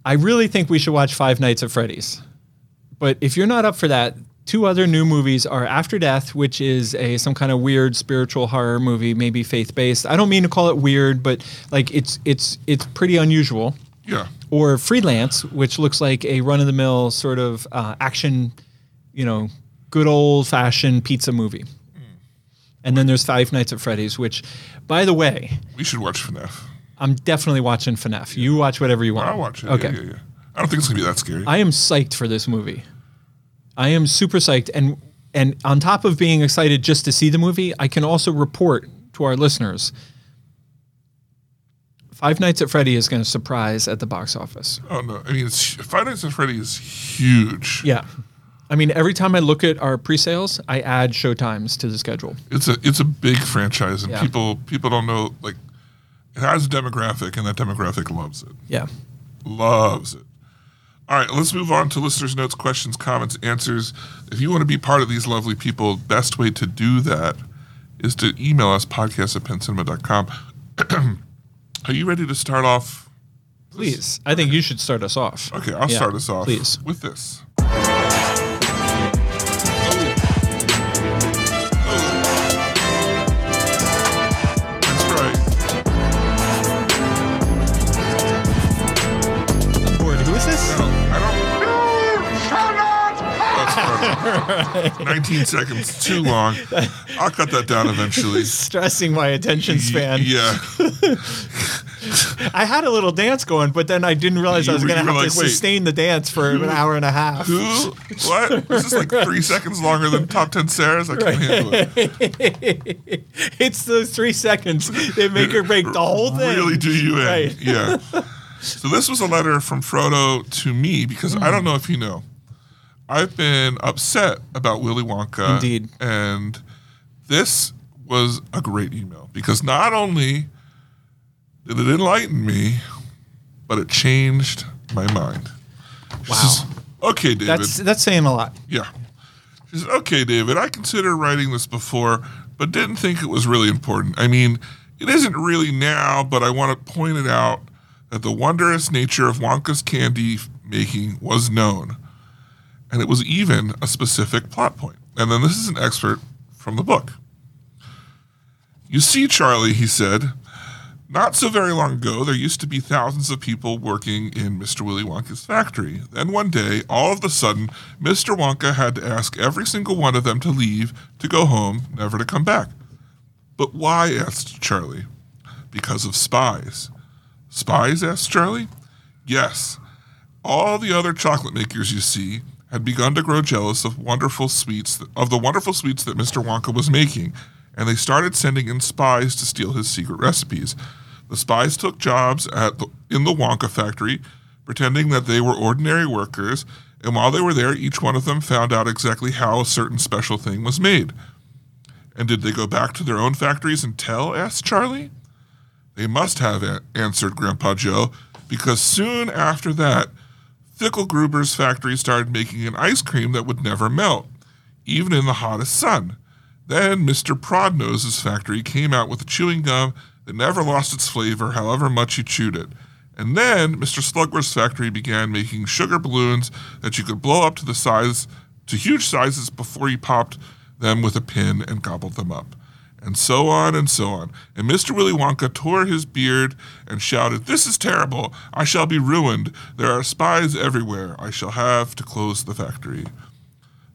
[SPEAKER 3] I really think we should watch Five Nights at Freddy's. But if you're not up for that, two other new movies are After Death, which is a some kind of weird spiritual horror movie, maybe faith based. I don't mean to call it weird, but like it's it's it's pretty unusual.
[SPEAKER 2] Yeah,
[SPEAKER 3] Or Freelance, which looks like a run of the mill sort of uh, action, you know, good old fashioned pizza movie. And then there's Five Nights at Freddy's, which, by the way,
[SPEAKER 2] we should watch FNAF.
[SPEAKER 3] I'm definitely watching FNAF. You watch whatever you want.
[SPEAKER 2] I'll watch it.
[SPEAKER 3] Okay.
[SPEAKER 2] Yeah, yeah, yeah. I don't think it's gonna be that scary.
[SPEAKER 3] I am psyched for this movie. I am super psyched, and and on top of being excited just to see the movie, I can also report to our listeners. Five Nights at Freddy is going to surprise at the box office.
[SPEAKER 2] oh no, I mean, it's, Five Nights at Freddy is huge.
[SPEAKER 3] Yeah, I mean, every time I look at our pre-sales, I add show times to the schedule.
[SPEAKER 2] it's a it's a big franchise and
[SPEAKER 3] Yeah.
[SPEAKER 2] people people don't know like it has a demographic and that demographic loves it
[SPEAKER 3] Yeah,
[SPEAKER 2] loves it all right let's move on to listeners notes questions comments answers if you want to be part of these lovely people best way to do that is to email us podcast at pencinema.com are you ready to start off
[SPEAKER 3] please. I think you should start us off.
[SPEAKER 2] okay i'll
[SPEAKER 3] Yeah,
[SPEAKER 2] start us off
[SPEAKER 3] Please.
[SPEAKER 2] with this That's right.
[SPEAKER 3] Who is this?
[SPEAKER 2] No, I don't. That's funny. 19 seconds too long. I'll cut that down eventually.
[SPEAKER 3] Stressing my attention span.
[SPEAKER 2] Y- Yeah.
[SPEAKER 3] I had a little dance going, but then I didn't realize
[SPEAKER 2] You
[SPEAKER 3] I was
[SPEAKER 2] were-
[SPEAKER 3] going to
[SPEAKER 2] you
[SPEAKER 3] have
[SPEAKER 2] were
[SPEAKER 3] to
[SPEAKER 2] like, wait.
[SPEAKER 3] sustain the dance for an hour and a half.
[SPEAKER 2] Who? What? This is like three seconds longer than top ten Sarahs. I can't handle it.
[SPEAKER 3] it's those three seconds that make or break the whole thing.
[SPEAKER 2] Really do you in?
[SPEAKER 3] Right.
[SPEAKER 2] Yeah. So this was a letter from Frodo to me because I don't know if you know, I've been upset about Willy Wonka.
[SPEAKER 3] Indeed.
[SPEAKER 2] And this was a great email because not only did it enlighten me, but it changed my mind. She says, okay, David.
[SPEAKER 3] That's that's saying a lot.
[SPEAKER 2] Yeah. She said, okay, David, I considered writing this before, but didn't think it was really important. I mean, it isn't really now, but I want to point it out that the wondrous nature of Wonka's candy f- making was known. And it was even a specific plot point. And then this is an excerpt from the book. You see, Charlie, he said, not so very long ago, there used to be thousands of people working in Mr. Willy Wonka's factory. Then one day, all of a sudden, Mr. Wonka had to ask every single one of them to leave, to go home, never to come back. But why? asked Charlie. Because of spies. Spies? asked Charlie. Yes. All the other chocolate makers you see had begun to grow jealous of wonderful sweets of the wonderful sweets that Mr. Wonka was making, and they started sending in spies to steal his secret recipes. The spies took jobs at the, in the Wonka factory, pretending that they were ordinary workers, and while they were there, each one of them found out exactly how a certain special thing was made. And did they go back to their own factories and tell? asked Charlie. They must have, a- answered Grandpa Joe, because soon after that, Fickle Gruber's factory started making an ice cream that would never melt, even in the hottest sun. Then Mr. Prodnose's factory came out with a chewing gum that never lost its flavor, however much you chewed it. And then Mr. Slugworth's factory began making sugar balloons that you could blow up to the size to huge sizes before you popped them with a pin and gobbled them up. And so on and so on. And Mr. Willy Wonka tore his beard and shouted, This is terrible! I shall be ruined! There are spies everywhere! I shall have to close the factory.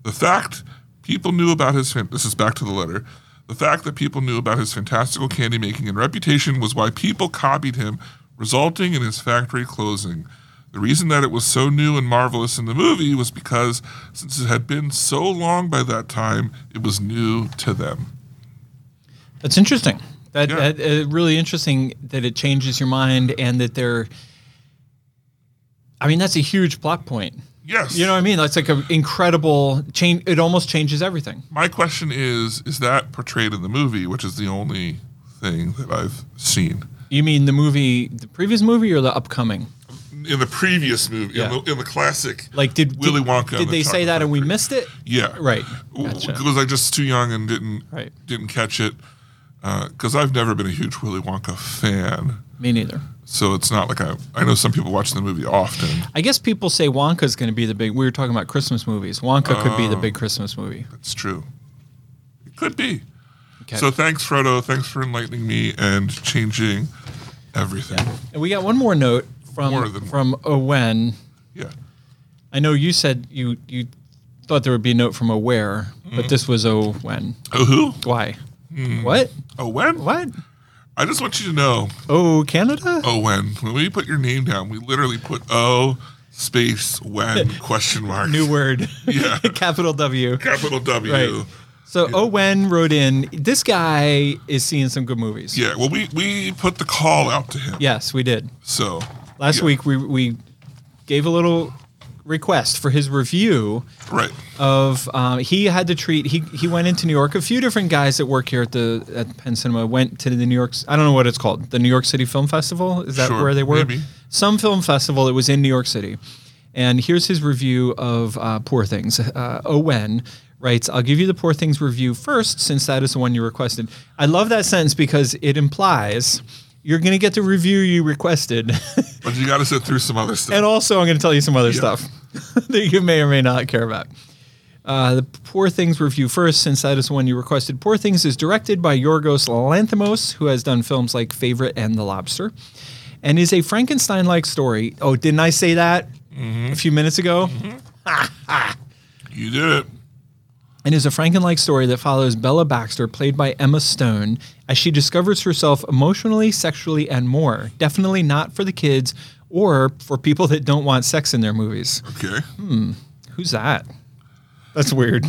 [SPEAKER 2] The fact people knew about his fan- this is back to the letter. The fact that people knew about his fantastical candy making and reputation was why people copied him, resulting in his factory closing. The reason that it was so new and marvelous in the movie was because since it had been so long by that time, it was new to them.
[SPEAKER 3] That's interesting. That,
[SPEAKER 2] Yeah.
[SPEAKER 3] that uh, really interesting that it changes your mind and that they're. I mean, that's a huge plot point.
[SPEAKER 2] Yes.
[SPEAKER 3] You know what I mean? That's like an incredible change. It almost changes everything.
[SPEAKER 2] my question is is that portrayed in the movie, which is the only thing that I've seen?
[SPEAKER 3] You mean the movie, the previous movie, or the upcoming?
[SPEAKER 2] In the previous movie,
[SPEAKER 3] Yeah.
[SPEAKER 2] in, the, in the classic
[SPEAKER 3] Like, did
[SPEAKER 2] Willy
[SPEAKER 3] did-
[SPEAKER 2] Wonka. and
[SPEAKER 3] Did
[SPEAKER 2] the
[SPEAKER 3] they say
[SPEAKER 2] Chocolate
[SPEAKER 3] that and we
[SPEAKER 2] Factory.
[SPEAKER 3] missed it?
[SPEAKER 2] Yeah.
[SPEAKER 3] Right.
[SPEAKER 2] W-
[SPEAKER 3] Gotcha.
[SPEAKER 2] Was I just too young and didn't
[SPEAKER 3] Right.
[SPEAKER 2] didn't catch it? Because I've never been a huge Willy Wonka fan,
[SPEAKER 3] Me neither.
[SPEAKER 2] so it's not like I. I know some people watch the movie often.
[SPEAKER 3] I guess people say Wonka's going to be the big. We were talking about Christmas movies. Wonka could
[SPEAKER 2] Oh.
[SPEAKER 3] be the big Christmas movie.
[SPEAKER 2] It's true. It could be.
[SPEAKER 3] Okay.
[SPEAKER 2] So thanks, Frodo. Thanks for enlightening me and changing everything.
[SPEAKER 3] And we got one more note from
[SPEAKER 2] More than one.
[SPEAKER 3] from Owen.
[SPEAKER 2] Yeah.
[SPEAKER 3] I know you said you you thought there would be a note from Aware,
[SPEAKER 2] Mm.
[SPEAKER 3] but this was Owen.
[SPEAKER 2] Oh who?
[SPEAKER 3] Why? What?
[SPEAKER 2] Oh when?
[SPEAKER 3] What?
[SPEAKER 2] I just want you to know.
[SPEAKER 3] Oh, Canada?
[SPEAKER 2] Oh when? When we put your name down, we literally put oh space when question mark
[SPEAKER 3] New word.
[SPEAKER 2] Yeah.
[SPEAKER 3] Capital W.
[SPEAKER 2] capital W.
[SPEAKER 3] Right. So Owen wrote in. This guy is seeing some good movies.
[SPEAKER 2] Yeah, well, we we put the call out to him.
[SPEAKER 3] Yes, we did.
[SPEAKER 2] So
[SPEAKER 3] Last
[SPEAKER 2] yeah,
[SPEAKER 3] week we we gave a little request for his review
[SPEAKER 2] right?
[SPEAKER 3] of um, he had to treat he he went into New York. A few different guys that work here at the at Penn Cinema went to the New York. I don't know what it's called. The New York City Film Festival is that
[SPEAKER 2] Sure,
[SPEAKER 3] where they were?
[SPEAKER 2] maybe.
[SPEAKER 3] Some film festival that was in New York City. And here's his review of uh, Poor Things. Uh, Owen writes, "I'll give you the Poor Things review first, since that is the one you requested." I love that sentence because it implies. You're going to get the review you requested.
[SPEAKER 2] But you got to sit through some other stuff.
[SPEAKER 3] And also, I'm going to tell you some other stuff that you may or may not care about. Uh, the Poor Things review first, since that is the one you requested. Poor Things is directed by Yorgos Lanthimos, who has done films like Favorite and The Lobster, and is a Frankenstein like story. Oh, didn't I say that a few minutes ago?
[SPEAKER 2] you did it.
[SPEAKER 3] and is a Franken-like story that follows Bella Baxter, played by Emma Stone, as she discovers herself emotionally, sexually, and more. Definitely not for the kids or for people that don't want sex in their movies.
[SPEAKER 2] Okay.
[SPEAKER 3] Who's that? That's weird.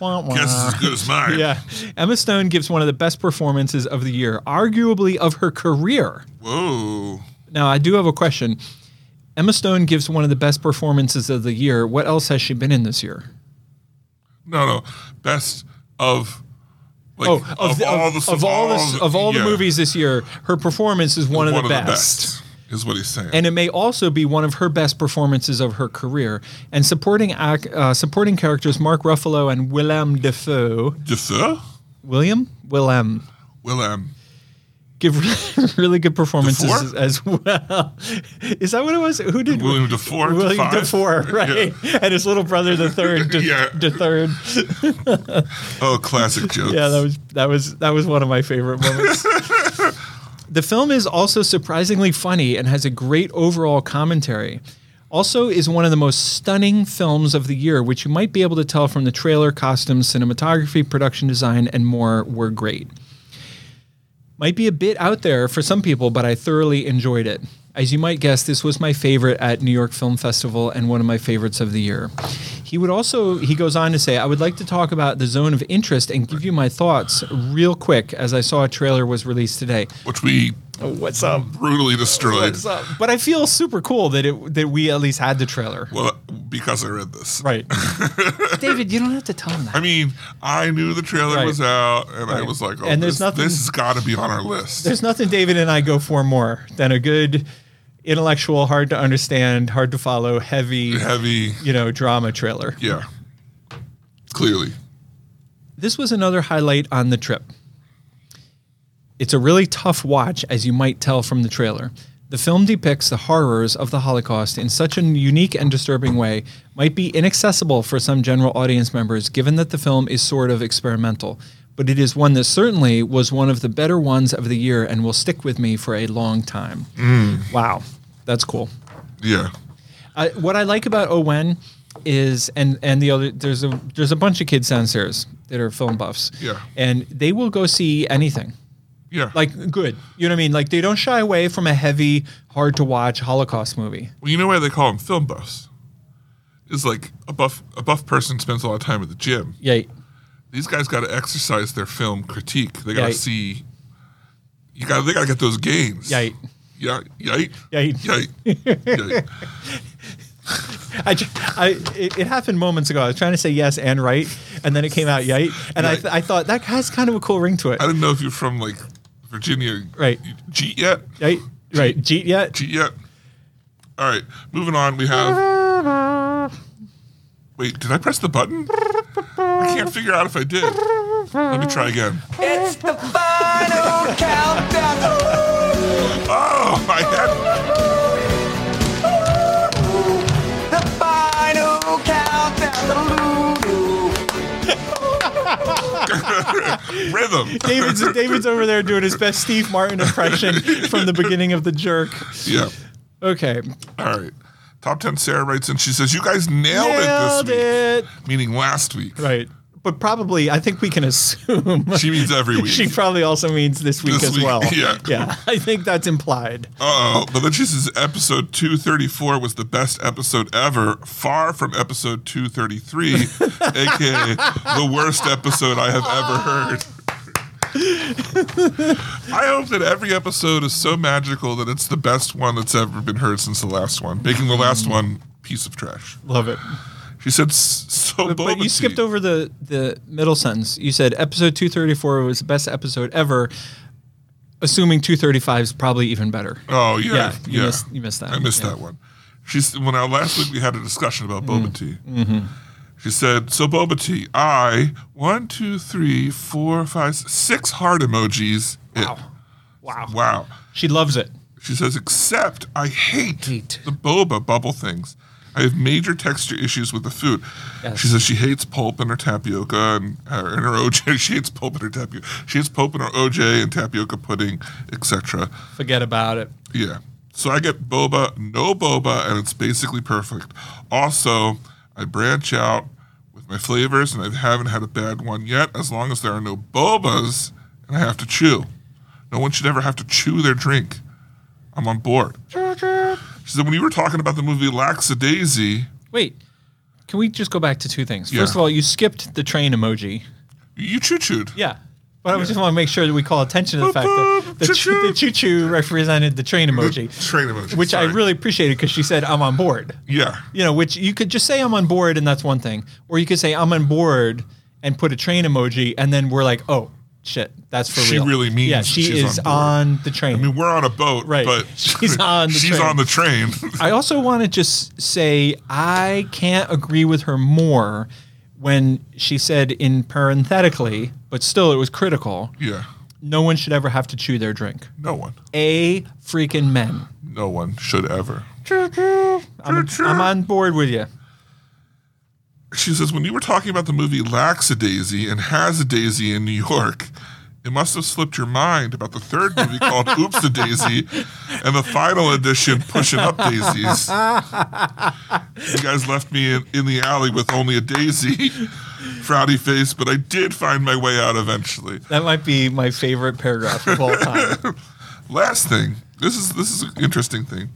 [SPEAKER 3] Wah, wah.
[SPEAKER 2] Guess it's as good as mine.
[SPEAKER 3] Yeah. Emma Stone gives one of the best performances of the year, arguably of her career.
[SPEAKER 2] Whoa.
[SPEAKER 3] Now, I do have a question. Emma Stone gives one of the best performances of the year. What else has she been in this year?
[SPEAKER 2] No, no. Best of like
[SPEAKER 3] Oh, of, the-
[SPEAKER 2] all the
[SPEAKER 3] of all the, of all
[SPEAKER 2] yeah,
[SPEAKER 3] the movies this year, her performance is one, of, the, best.
[SPEAKER 2] is what he's saying.
[SPEAKER 3] and it may also be one of her best performances of her career. And supporting ac- uh, supporting characters Mark Ruffalo and Willem Dafoe,
[SPEAKER 2] Defoe?
[SPEAKER 3] William Willem,
[SPEAKER 2] Willem.
[SPEAKER 3] give really, really good performances
[SPEAKER 2] Dafoe?
[SPEAKER 3] as well. Is that what it was? Who did
[SPEAKER 2] William Defoe.
[SPEAKER 3] William Dafoe, right? And his little brother, the third, the
[SPEAKER 2] Yeah.
[SPEAKER 3] third.
[SPEAKER 2] Oh, classic jokes.
[SPEAKER 3] Yeah, that was that was that was one of my favorite moments. the film is also surprisingly funny and has a great overall commentary. Also is one of the most stunning films of the year, which you might be able to tell from the trailer, costumes, cinematography, production design, and more were great. Might be a bit out there for some people, but I thoroughly enjoyed it. As you might guess, this was my favorite at New York Film Festival and one of my favorites of the year. He would also, he goes on to say, I would like to talk about the zone of interest and give you my thoughts real quick as I saw a trailer was released today.
[SPEAKER 2] Which we
[SPEAKER 3] What's up?
[SPEAKER 2] brutally destroyed.
[SPEAKER 3] What's up? But I feel super cool that it that we at least had the trailer.
[SPEAKER 2] Well, because I read this.
[SPEAKER 3] Right. David, you don't have to tell him that.
[SPEAKER 2] I mean, I knew the trailer
[SPEAKER 3] Right.
[SPEAKER 2] was out, and I was like, "Oh,
[SPEAKER 3] And there's
[SPEAKER 2] this,
[SPEAKER 3] nothing-
[SPEAKER 2] this has got to be on our list."
[SPEAKER 3] There's nothing David and I go for more than a good intellectual, hard to understand, hard to follow, heavy,
[SPEAKER 2] Heavy,
[SPEAKER 3] you know, drama trailer.
[SPEAKER 2] yeah. Clearly,
[SPEAKER 3] This was another highlight on the trip. It's a really tough watch, as you might tell from the trailer. The film depicts the horrors of the Holocaust in such a unique and disturbing way, might be inaccessible for some general audience members, given that the film is sort of experimental. But it is one that certainly was one of the better ones of the year and will stick with me for a long time. Wow. That's cool.
[SPEAKER 2] yeah.
[SPEAKER 3] I, what I like about Owen is and and the other there's a there's a bunch of kids downstairs that are film buffs.
[SPEAKER 2] Yeah.
[SPEAKER 3] And they will go see anything.
[SPEAKER 2] Yeah.
[SPEAKER 3] Like good. You know what I mean? Like they don't shy away from a heavy, hard to watch Holocaust movie.
[SPEAKER 2] well, you know why they call them film buffs? It's like a buff a buff person spends a lot of time at the gym.
[SPEAKER 3] Yeah.
[SPEAKER 2] These guys got to exercise their film critique. They got to
[SPEAKER 3] Right.
[SPEAKER 2] see. You got. to They got to get those gains.
[SPEAKER 3] Yeah.
[SPEAKER 2] Yeah. Yike.
[SPEAKER 3] Yeah.
[SPEAKER 2] Yike. Yike.
[SPEAKER 3] I, ju- I it, it happened moments ago. I was trying to say yes and right, and then it came out yite, and I,
[SPEAKER 2] Right.
[SPEAKER 3] th- I thought that has kind of a cool ring to it.
[SPEAKER 2] I didn't know if you're from like Virginia. E
[SPEAKER 3] Right.
[SPEAKER 2] Jeet yet?
[SPEAKER 3] Yite, right? Jeet yet?
[SPEAKER 2] Jeet yet? All right. Moving on. We have. Wait, did I press the button? I can't figure out if I did. Let me try again.
[SPEAKER 5] It's the final countdown.
[SPEAKER 2] Oh, I had.
[SPEAKER 5] The final countdown.
[SPEAKER 2] Rhythm.
[SPEAKER 3] David's David's over there doing his best Steve Martin impression from the beginning of the jerk.
[SPEAKER 2] Yeah.
[SPEAKER 3] Okay,
[SPEAKER 2] All right. Top 10 Sarah writes and she says, You guys nailed,
[SPEAKER 3] nailed
[SPEAKER 2] it this
[SPEAKER 3] it.
[SPEAKER 2] week. Meaning last week.
[SPEAKER 3] Right, but probably I think we can assume
[SPEAKER 2] She means every week.
[SPEAKER 3] she probably also means this week
[SPEAKER 2] This
[SPEAKER 3] as
[SPEAKER 2] week,
[SPEAKER 3] well.
[SPEAKER 2] yeah.
[SPEAKER 3] yeah, I think that's implied.
[SPEAKER 2] Uh oh. But then she says episode 234 was the best episode ever, far from episode 233, aka the worst episode I have ever heard. I hope that every episode is so magical that it's the best one that's ever been heard since the last one, making the last
[SPEAKER 3] Mm.
[SPEAKER 2] one piece of trash.
[SPEAKER 3] Love it.
[SPEAKER 2] She said, "S- so
[SPEAKER 3] But, but you
[SPEAKER 2] Boba-tea."
[SPEAKER 3] skipped over the the middle sentence. You said episode 234 was the best episode ever. Assuming 235 is probably even better.
[SPEAKER 2] Oh, yeah.
[SPEAKER 3] Yeah,
[SPEAKER 2] Yeah.
[SPEAKER 3] you missed- you missed that
[SPEAKER 2] I
[SPEAKER 3] one,
[SPEAKER 2] missed
[SPEAKER 3] yeah.
[SPEAKER 2] that one. She's when our last week we had a discussion about boba tea. She said, "So boba tea, I one, two, three, four, five, s- six heart emojis. Wow, wow, wow."
[SPEAKER 3] She loves it.
[SPEAKER 2] She says, "Except I hate,
[SPEAKER 3] Hate.
[SPEAKER 2] the boba bubble things. I have major texture issues with the food." She says she hates pulp in her tapioca and her, and her OJ. She hates pulp in her tapioca. She hates pulp in her OJ and tapioca pudding, etc.
[SPEAKER 3] Forget about it.
[SPEAKER 2] Yeah. So I get boba, no boba, and it's basically perfect. Also, I branch out with my flavors, and I haven't had a bad one yet, as long as there are no bobas and I have to chew. No one should ever have to chew their drink. I'm on board. She said, when you were talking about the movie Lackadaisy,
[SPEAKER 3] Wait, can we just go back to two things?
[SPEAKER 2] Yeah.
[SPEAKER 3] First of all, you skipped the train emoji.
[SPEAKER 2] you choo chooed.
[SPEAKER 3] Yeah. But I just want to make sure that we call attention to the fact that the,
[SPEAKER 2] Choo-choo.
[SPEAKER 3] choo- the choo-choo represented the train emoji,
[SPEAKER 2] Train emoji.
[SPEAKER 3] which I
[SPEAKER 2] sorry.
[SPEAKER 3] really appreciated because she said, I'm on board.
[SPEAKER 2] Yeah.
[SPEAKER 3] You know, which you could just say I'm on board and that's one thing. Or you could say I'm on board and put a train emoji and then we're like, oh, shit, that's for
[SPEAKER 2] She
[SPEAKER 3] real.
[SPEAKER 2] really means
[SPEAKER 3] Yeah,
[SPEAKER 2] that
[SPEAKER 3] she
[SPEAKER 2] she's
[SPEAKER 3] is
[SPEAKER 2] on board.
[SPEAKER 3] on, the train.
[SPEAKER 2] I mean, we're on a boat,
[SPEAKER 3] Right.
[SPEAKER 2] but
[SPEAKER 3] She's on the
[SPEAKER 2] she's
[SPEAKER 3] train.
[SPEAKER 2] on the train.
[SPEAKER 3] I also want to just say I can't agree with her more when she said in parenthetically, but still it was critical,
[SPEAKER 2] yeah.
[SPEAKER 3] no one should ever have to chew their drink.
[SPEAKER 2] No one.
[SPEAKER 3] A freaking men.
[SPEAKER 2] No one should ever.
[SPEAKER 3] I'm, I'm on board with you.
[SPEAKER 2] She says, when you were talking about the movie Lackadaisy and Hazadaisy in New York, it must have slipped your mind about the third movie called Oops a Daisy and the final edition, Pushing Up Daisies. You guys left me in, in the alley with only a daisy, frowny face, but I did find my way out eventually.
[SPEAKER 3] That might be my favorite paragraph of all time.
[SPEAKER 2] Last thing, this is this is an interesting thing.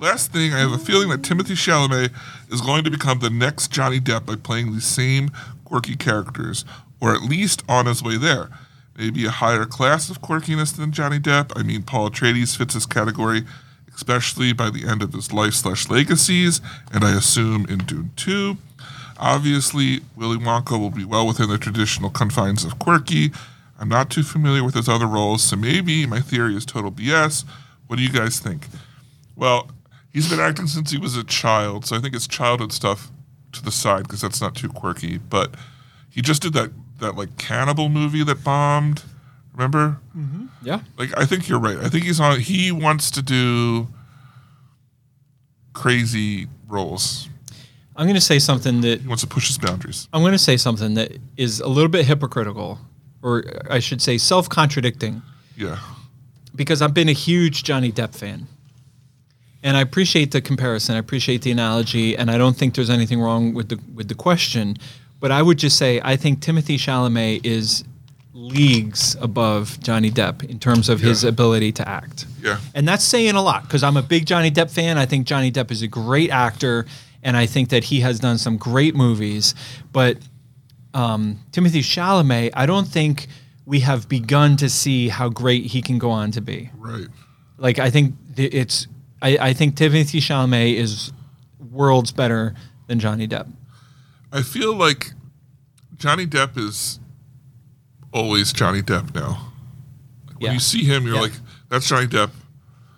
[SPEAKER 2] Last thing, I have a feeling that Timothy Chalamet is going to become the next Johnny Depp by playing these same quirky characters, or at least on his way there. Maybe a higher class of quirkiness than Johnny Depp. I mean, Paul Atreides fits this category, especially by the end of his life slash legacies, and I assume in Dune 2. Obviously, Willy Wonka will be well within the traditional confines of quirky. I'm not too familiar with his other roles, so maybe my theory is total BS. What do you guys think? Well, he's been acting since he was a child, so I think it's childhood stuff to the side because that's not too quirky. But he just did that that like cannibal movie that bombed. Remember?
[SPEAKER 3] Hmm. yeah.
[SPEAKER 2] Like I think you're right. I think he's on. He wants to do crazy roles.
[SPEAKER 3] I'm going to say something that
[SPEAKER 2] He wants to push his boundaries.
[SPEAKER 3] I'm going to say something that is a little bit hypocritical, or I should say self contradicting.
[SPEAKER 2] Yeah.
[SPEAKER 3] because I've been a huge Johnny Depp fan. And I appreciate the comparison. I appreciate the analogy, and I don't think there's anything wrong with the with the question. But I would just say I think Timothy Chalamet is leagues above Johnny Depp in terms of his ability to act.
[SPEAKER 2] Yeah.
[SPEAKER 3] And that's saying a lot because I'm a big Johnny Depp fan. I think Johnny Depp is a great actor, and I think that he has done some great movies. But um, Timothy Chalamet, I don't think we have begun to see how great he can go on to be.
[SPEAKER 2] Right.
[SPEAKER 3] Like I think th- it's, I, I think Timothy Chalamet is worlds better than Johnny Depp.
[SPEAKER 2] I feel like Johnny Depp is always Johnny Depp now. Like, when
[SPEAKER 3] Yeah.
[SPEAKER 2] you see him, you're like, that's Johnny Depp.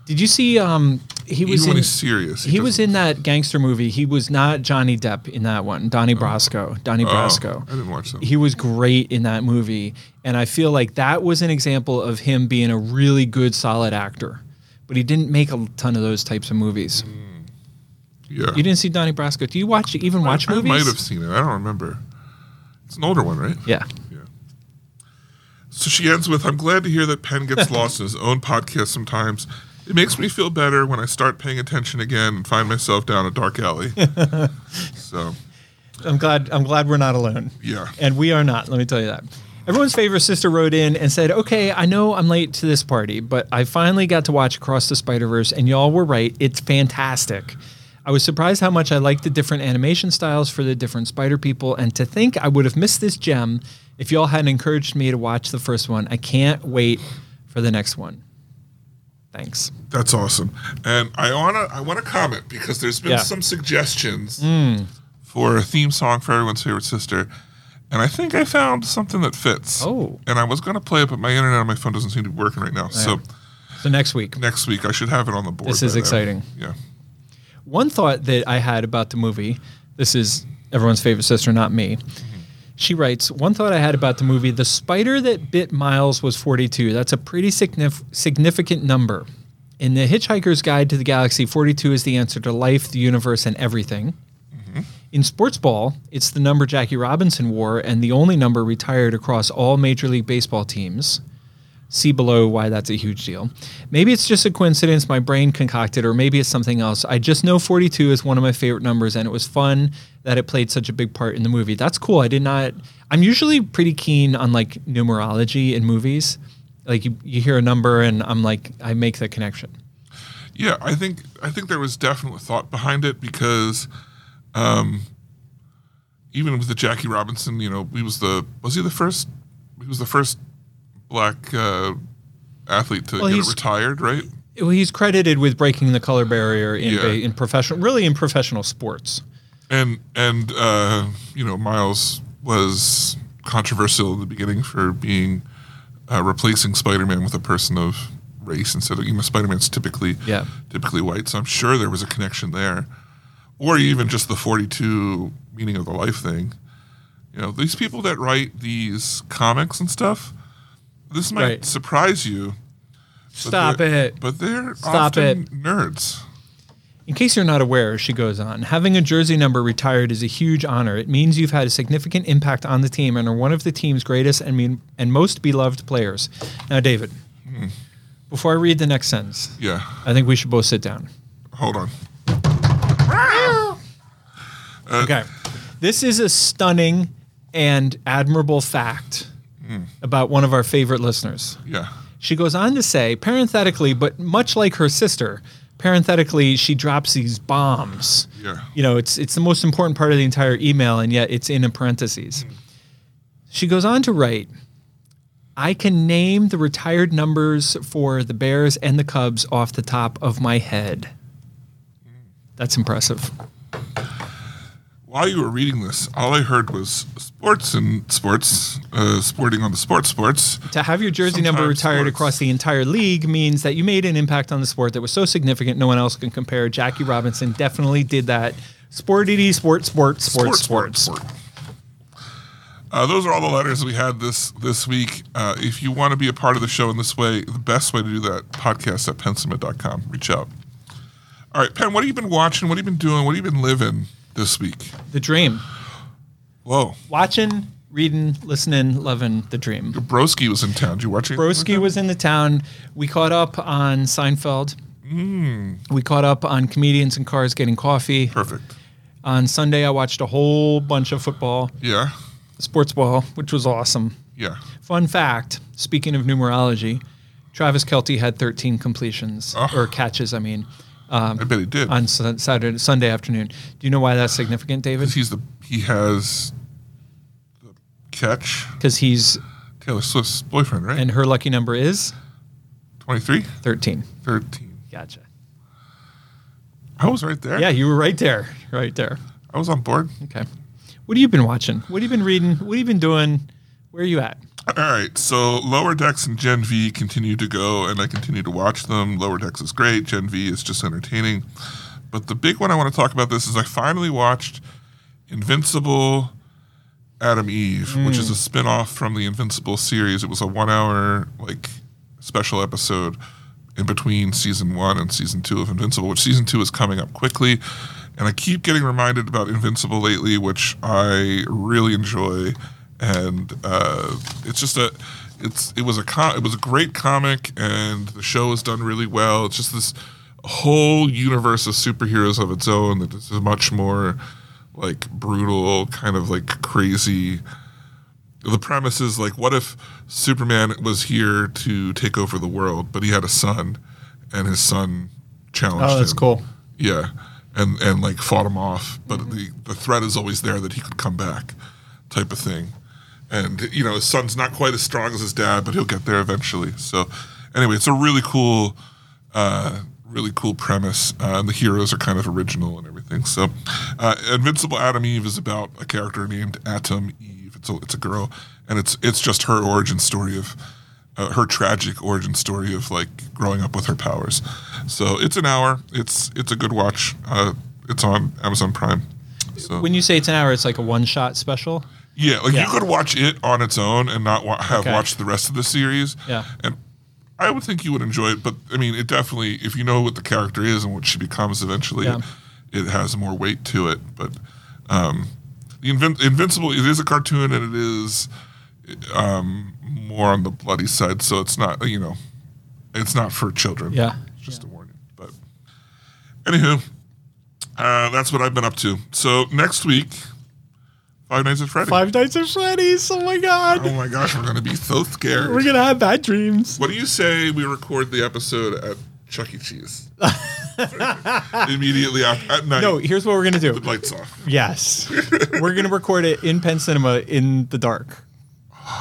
[SPEAKER 3] Did you see? Um, he
[SPEAKER 2] Even
[SPEAKER 3] was
[SPEAKER 2] when
[SPEAKER 3] in.
[SPEAKER 2] he's serious,
[SPEAKER 3] He was
[SPEAKER 2] doesn't-
[SPEAKER 3] in that gangster movie. He was not Johnny Depp in that one. Donnie Brasco. Donnie
[SPEAKER 2] Oh,
[SPEAKER 3] Brasco.
[SPEAKER 2] I didn't watch that.
[SPEAKER 3] he was great in that movie and i feel like that was an example of him being a really good solid actor but he didn't make a ton of those types of movies
[SPEAKER 2] yeah,
[SPEAKER 3] you didn't see donnie brasco do you watch even watch
[SPEAKER 2] I
[SPEAKER 3] movies
[SPEAKER 2] might have seen it. I don't remember. It's an older one, right?
[SPEAKER 3] yeah
[SPEAKER 2] So she ends with, "I'm glad to hear that Penn gets lost in his own podcast sometimes. It makes me feel better when I start paying attention again and find myself down a dark alley." so,
[SPEAKER 3] i'm glad i'm glad we're not alone
[SPEAKER 2] yeah,
[SPEAKER 3] and we are not let me tell you that everyone's favorite sister wrote in and said okay i know i'm late to this party but i finally got to watch across the spider-verse and y'all were right it's fantastic i was surprised how much i liked the different animation styles for the different spider people and to think i would have missed this gem if y'all hadn't encouraged me to watch the first one i can't wait for the next one thanks
[SPEAKER 2] That's awesome. And I wanna I wanna comment because there's been
[SPEAKER 3] Yeah. Hmm.
[SPEAKER 2] some suggestions for a theme song for everyone's favorite sister. And I think I found something that fits.
[SPEAKER 3] Oh.
[SPEAKER 2] And I was gonna play it, but my internet on my phone doesn't seem to be working right now. So
[SPEAKER 3] so next week
[SPEAKER 2] next week I should have it on the board.
[SPEAKER 3] This is
[SPEAKER 2] by then.
[SPEAKER 3] exciting.
[SPEAKER 2] Yeah.
[SPEAKER 3] one thought that I had about the movie, this is everyone's favorite sister, not me. She writes, one thought I had about the movie, the spider that bit Miles was 42. That's a pretty signif- significant number. In The Hitchhiker's Guide to the Galaxy, 42 is the answer to life, the universe, and everything. In sports ball, it's the number Jackie Robinson wore and the only number retired across all Major League Baseball teams. See below why that's a huge deal. Maybe it's just a coincidence my brain concocted, or maybe it's something else. I just know 42 is one of my favorite numbers, and it was fun that it played such a big part in the movie. That's cool. I did not, I'm usually pretty keen on like numerology in movies. Like you, you hear a number, and I'm like, I make the connection.
[SPEAKER 2] Yeah, I think I think there was definite thought behind it because, um, even with the Jackie Robinson, you know, he was the was he the first he was the first black uh, athlete to
[SPEAKER 3] Well,
[SPEAKER 2] get
[SPEAKER 3] he's-
[SPEAKER 2] retired, right?
[SPEAKER 3] Well, he's credited with breaking the color barrier in,
[SPEAKER 2] Yeah.
[SPEAKER 3] in professional, really in professional sports.
[SPEAKER 2] And and uh, you know, Miles was controversial in the beginning for being uh, replacing Spider-Man with a person of race instead of you know Spider-Man's typically
[SPEAKER 3] Yeah.
[SPEAKER 2] typically white, so I'm sure there was a connection there, or even just the 42 meaning of the life thing. You know, these people that write these comics and stuff, this might
[SPEAKER 3] Right.
[SPEAKER 2] surprise you. but
[SPEAKER 3] Stop
[SPEAKER 2] they're-
[SPEAKER 3] it.
[SPEAKER 2] But they're
[SPEAKER 3] Stop
[SPEAKER 2] often
[SPEAKER 3] it.
[SPEAKER 2] nerds.
[SPEAKER 3] In case you're not aware, she goes on, having a jersey number retired is a huge honor. It means you've had a significant impact on the team and are one of the team's greatest and mean, and most beloved players. Now, David, before I read the next sentence,
[SPEAKER 2] Yeah.
[SPEAKER 3] I think we should both sit down.
[SPEAKER 2] Hold on.
[SPEAKER 3] Okay. This is a stunning and admirable fact about one of our favorite listeners.
[SPEAKER 2] Yeah.
[SPEAKER 3] She goes on to say, parenthetically, but much like her sister, parenthetically, she drops these bombs.
[SPEAKER 2] Yeah.
[SPEAKER 3] You know, it's it's the most important part of the entire email, and yet it's in a parentheses. She goes on to write, I can name the retired numbers for the Bears and the Cubs off the top of my head. That's impressive.
[SPEAKER 2] While you were reading this, all I heard was sports and sports, uh, sporting on the sports, sports.
[SPEAKER 3] To have your jersey number
[SPEAKER 2] Sometimes
[SPEAKER 3] retired
[SPEAKER 2] sports.
[SPEAKER 3] across the entire league means that you made an impact on the sport that was so significant no one else can compare. Jackie Robinson definitely did that. Sportity, sport, sport, sport, sports.
[SPEAKER 2] Uh, those are all the letters we had this this week. Uh, if you want to be a part of the show in this way, the best way to do that podcast at pensummit.com. Reach out. All right, Penn, what have you been watching? What have you been doing? What have you been living this week?
[SPEAKER 3] The dream.
[SPEAKER 2] Whoa,
[SPEAKER 3] Watching, reading, listening, loving the dream.
[SPEAKER 2] Broski was in town. Did you watch it?
[SPEAKER 3] Broski was in the town. We caught up on Seinfeld. We caught up on comedians in cars getting coffee.
[SPEAKER 2] perfect.
[SPEAKER 3] On Sunday, I watched a whole bunch of football,
[SPEAKER 2] Yeah,
[SPEAKER 3] sports ball, which was awesome.
[SPEAKER 2] yeah.
[SPEAKER 3] Fun fact speaking of numerology, Travis Kelty had 13 completions or catches, I mean,
[SPEAKER 2] I bet he did.
[SPEAKER 3] Um, on Sun- Saturday, Sunday afternoon. Do you know why that's significant, David?
[SPEAKER 2] He's the he has the catch.
[SPEAKER 3] Because he's,
[SPEAKER 2] Taylor Swift's boyfriend, right?
[SPEAKER 3] and her lucky number is
[SPEAKER 2] 23?
[SPEAKER 3] 13.
[SPEAKER 2] 13.
[SPEAKER 3] Gotcha.
[SPEAKER 2] I was right there.
[SPEAKER 3] Yeah, you were right there. Right there.
[SPEAKER 2] I was on board.
[SPEAKER 3] Okay. What have you been watching? What have you been reading? What have you been doing? Where are you at?
[SPEAKER 2] All right, so Lower Decks and Gen V continue to go, and I continue to watch them. Lower Decks is great. Gen V is just entertaining. But the big one I want to talk about this is I finally watched Invincible Adam Eve, which is a spin-off from the Invincible series. It was a one-hour like special episode in between season one and season two of Invincible, which season two is coming up quickly. And I keep getting reminded about Invincible lately, which I really enjoy. And uh, it's just a it's it was a com- it was a great comic, and the show is done really well. It's just this whole universe of superheroes of its own that is much more like brutal, kind of like crazy. The premise is like, what if Superman was here to take over the world, but he had a son, and his son challenged
[SPEAKER 3] Oh, that's
[SPEAKER 2] him.
[SPEAKER 3] cool. Mm-hmm.
[SPEAKER 2] Yeah, and and like fought him off, but the the threat is always there that he could come back, type of thing. And you know, his son's not quite as strong as his dad, but he'll get there eventually. So, anyway, it's a really cool, uh, really cool premise. Uh, and the heroes are kind of original and everything. So, uh, Invincible Adam Eve is about a character named Atom Eve. It's a it's a girl, and it's it's just her origin story of uh, her tragic origin story of like growing up with her powers. So it's an hour. It's it's a good watch. Uh, it's on Amazon Prime. So
[SPEAKER 3] When you say it's an hour, it's like a one shot special.
[SPEAKER 2] yeah, like
[SPEAKER 3] Yeah.
[SPEAKER 2] you could watch it on its own and not wa- have
[SPEAKER 3] Okay.
[SPEAKER 2] watched the rest of the series.
[SPEAKER 3] Yeah.
[SPEAKER 2] and I would think you would enjoy it. But I mean, it definitely if you know what the character is and what she becomes eventually,
[SPEAKER 3] Yeah.
[SPEAKER 2] it, has more weight to it. But um, the Invin- Invincible it is a cartoon and it is more on the bloody side, so it's not you know, it's not for children.
[SPEAKER 3] Yeah.
[SPEAKER 2] it's just a warning. But anywho, uh, that's what I've been up to. So next week, Five Nights at Freddy's.
[SPEAKER 3] Five Nights at Freddy's. Oh my
[SPEAKER 2] Oh
[SPEAKER 3] God.
[SPEAKER 2] my gosh, we're gonna be so scared.
[SPEAKER 3] We're going to have bad dreams.
[SPEAKER 2] What do you say we record the episode at Chuck E. Cheese? Immediately after, at night,
[SPEAKER 3] No, here's what we're going to do.
[SPEAKER 2] the lights off.
[SPEAKER 3] Yes. We're going to record it in Penn Cinema in the dark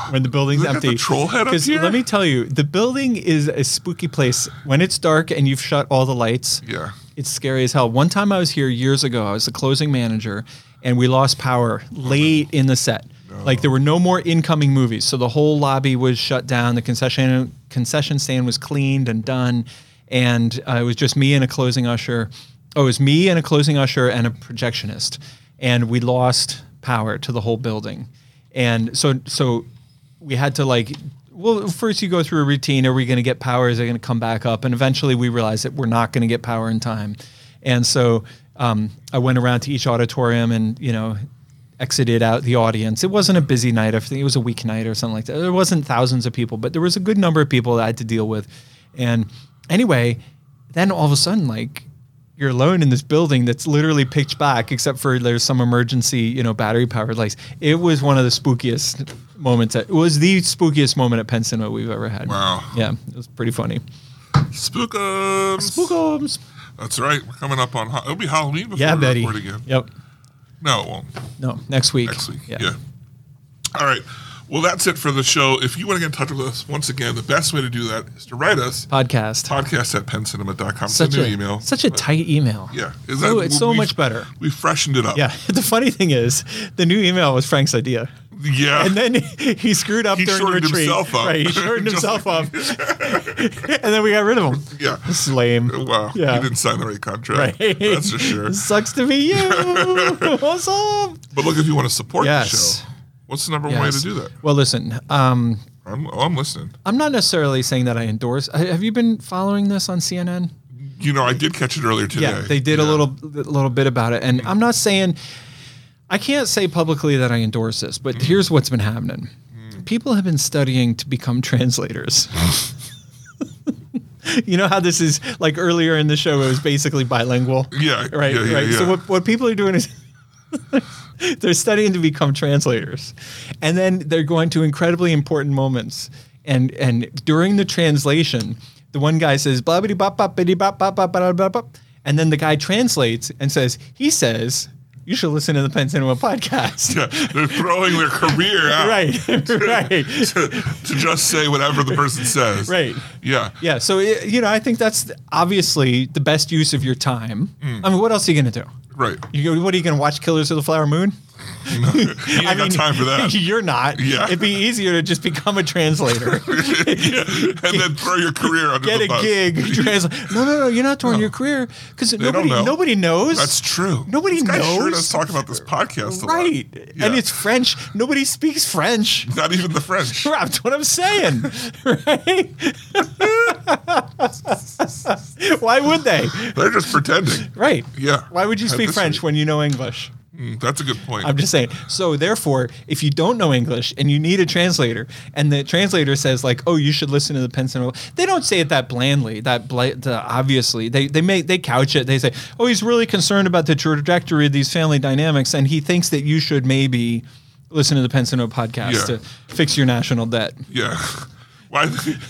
[SPEAKER 3] when the building's
[SPEAKER 2] Look at the
[SPEAKER 3] empty.
[SPEAKER 2] troll head up
[SPEAKER 3] Because
[SPEAKER 2] here.
[SPEAKER 3] let me tell you, the building is a spooky place. When it's dark and you've shut all the lights,
[SPEAKER 2] Yeah.
[SPEAKER 3] it's scary as hell. One time I was here years ago, I was the closing manager, and we lost power late in the set. Like there were no more incoming movies, so the whole lobby was shut down. The concession concession stand was cleaned and done, and uh, it was just me and a closing usher. Oh, it was me and a closing usher and a projectionist, and we lost power to the whole building. And so, so we had to like well first you go through a routine are we going to get power is it going to come back up and eventually we realized that we're not going to get power in time and so um, i went around to each auditorium and you know exited out the audience it wasn't a busy night i think it was a week night or something like that there wasn't thousands of people but there was a good number of people that i had to deal with and anyway then all of a sudden like you're alone in this building that's literally pitch black except for there's some emergency you know battery powered lights it was one of the spookiest moments at, it was the spookiest moment at penn cinema we've ever had
[SPEAKER 2] Wow.
[SPEAKER 3] yeah it was pretty funny
[SPEAKER 2] Spookums.
[SPEAKER 3] spookums
[SPEAKER 2] That's right. We're coming up on. Ha- It'll be Halloween before
[SPEAKER 3] yeah
[SPEAKER 2] we
[SPEAKER 3] betty
[SPEAKER 2] record again.
[SPEAKER 3] yep
[SPEAKER 2] No, it won't.
[SPEAKER 3] no next week
[SPEAKER 2] next week. Yeah. All right. Well, that's it for the show. If you want to get in touch with us, once again, the best way to do that is to write us
[SPEAKER 3] podcast
[SPEAKER 2] podcast at pencinema.com.
[SPEAKER 3] such
[SPEAKER 2] Send
[SPEAKER 3] a
[SPEAKER 2] an email.
[SPEAKER 3] such a tight email
[SPEAKER 2] yeah. Is
[SPEAKER 3] Ooh, it's so
[SPEAKER 2] we've-
[SPEAKER 3] much better.
[SPEAKER 2] We freshened it up.
[SPEAKER 3] yeah the funny thing is the new email was frank's idea
[SPEAKER 2] Yeah.
[SPEAKER 3] and then he screwed up
[SPEAKER 2] He
[SPEAKER 3] during the
[SPEAKER 2] shortened
[SPEAKER 3] retreat
[SPEAKER 2] himself up.
[SPEAKER 3] right he shortened
[SPEAKER 2] Just
[SPEAKER 3] himself up and then we got rid of him
[SPEAKER 2] yeah.
[SPEAKER 3] This is lame
[SPEAKER 2] Wow.
[SPEAKER 3] Yeah.
[SPEAKER 2] He didn't sign the right contract.
[SPEAKER 3] Right.
[SPEAKER 2] That's for sure.
[SPEAKER 3] Sucks to be you. What's up?
[SPEAKER 2] But look, if you want to support
[SPEAKER 3] Yes.
[SPEAKER 2] the show, what's the number one way to
[SPEAKER 3] Yes.
[SPEAKER 2] do that?
[SPEAKER 3] Well, listen, um,
[SPEAKER 2] I'm, oh, I'm listening.
[SPEAKER 3] I'm not necessarily saying that I endorse. I- Have you been following this on CNN?
[SPEAKER 2] You know, I did catch it earlier today.
[SPEAKER 3] Yeah, they did a little, a little bit about it,
[SPEAKER 2] Mm-hmm.
[SPEAKER 3] and I'm not saying I can't say publicly that I endorse this, but
[SPEAKER 2] Mm-hmm.
[SPEAKER 3] here's what's been happening:
[SPEAKER 2] Mm.
[SPEAKER 3] people have been studying to become translators. you know how this is like earlier in the show; it was basically bilingual.
[SPEAKER 2] Yeah.
[SPEAKER 3] right,
[SPEAKER 2] yeah, yeah,
[SPEAKER 3] right. So
[SPEAKER 2] yeah.
[SPEAKER 3] what, what people are doing is they're studying to become translators, and then they're going to incredibly important moments. And and during the translation, the one guy says blah bitty bop bop bitty bop bop bop blah blah blah, and then the guy translates and says he says you should listen to the Penn Cinema podcast.
[SPEAKER 2] Yeah, they're throwing their career out
[SPEAKER 3] Right, right,
[SPEAKER 2] to, to just say whatever the person says.
[SPEAKER 3] right.
[SPEAKER 2] Yeah.
[SPEAKER 3] Yeah, so i- you know, I think that's obviously the best use of your time.
[SPEAKER 2] Mm.
[SPEAKER 3] I mean, what else are you going to do?
[SPEAKER 2] Right.
[SPEAKER 3] You, what are you going to watch? Killers of the Flower Moon?
[SPEAKER 2] You ain't got time for that.
[SPEAKER 3] You're not.
[SPEAKER 2] Yeah.
[SPEAKER 3] It'd be easier to just become a translator.
[SPEAKER 2] and then throw your career under
[SPEAKER 3] Get
[SPEAKER 2] the
[SPEAKER 3] a
[SPEAKER 2] bus.
[SPEAKER 3] gig. Transla- no, no, no. You're not throwing your career because
[SPEAKER 2] don't
[SPEAKER 3] nobody
[SPEAKER 2] know.
[SPEAKER 3] nobody knows.
[SPEAKER 2] That's true.
[SPEAKER 3] Nobody
[SPEAKER 2] this guy Sure
[SPEAKER 3] knows.
[SPEAKER 2] does talk about this podcast a lot.
[SPEAKER 3] right.
[SPEAKER 2] Yeah.
[SPEAKER 3] And it's French. Nobody speaks French.
[SPEAKER 2] not even the French.
[SPEAKER 3] That's what I'm saying. right? Why would they?
[SPEAKER 2] They're just pretending.
[SPEAKER 3] Right.
[SPEAKER 2] Yeah.
[SPEAKER 3] Why would you
[SPEAKER 2] At
[SPEAKER 3] speak
[SPEAKER 2] this
[SPEAKER 3] French
[SPEAKER 2] rate.
[SPEAKER 3] when you know English?
[SPEAKER 2] Mm, That's a good point.
[SPEAKER 3] I'm just saying. So therefore, if you don't know English and you need a translator, and the translator says like, "Oh, you should listen to the Penn Cinema," they don't say it that blandly, that bla- the obviously. They they may they couch it. They say, "Oh, he's really concerned about the trajectory of these family dynamics, and he thinks that you should maybe." Listen to the Penn Cinema podcast
[SPEAKER 2] Yeah.
[SPEAKER 3] to fix your national debt.
[SPEAKER 2] yeah. Why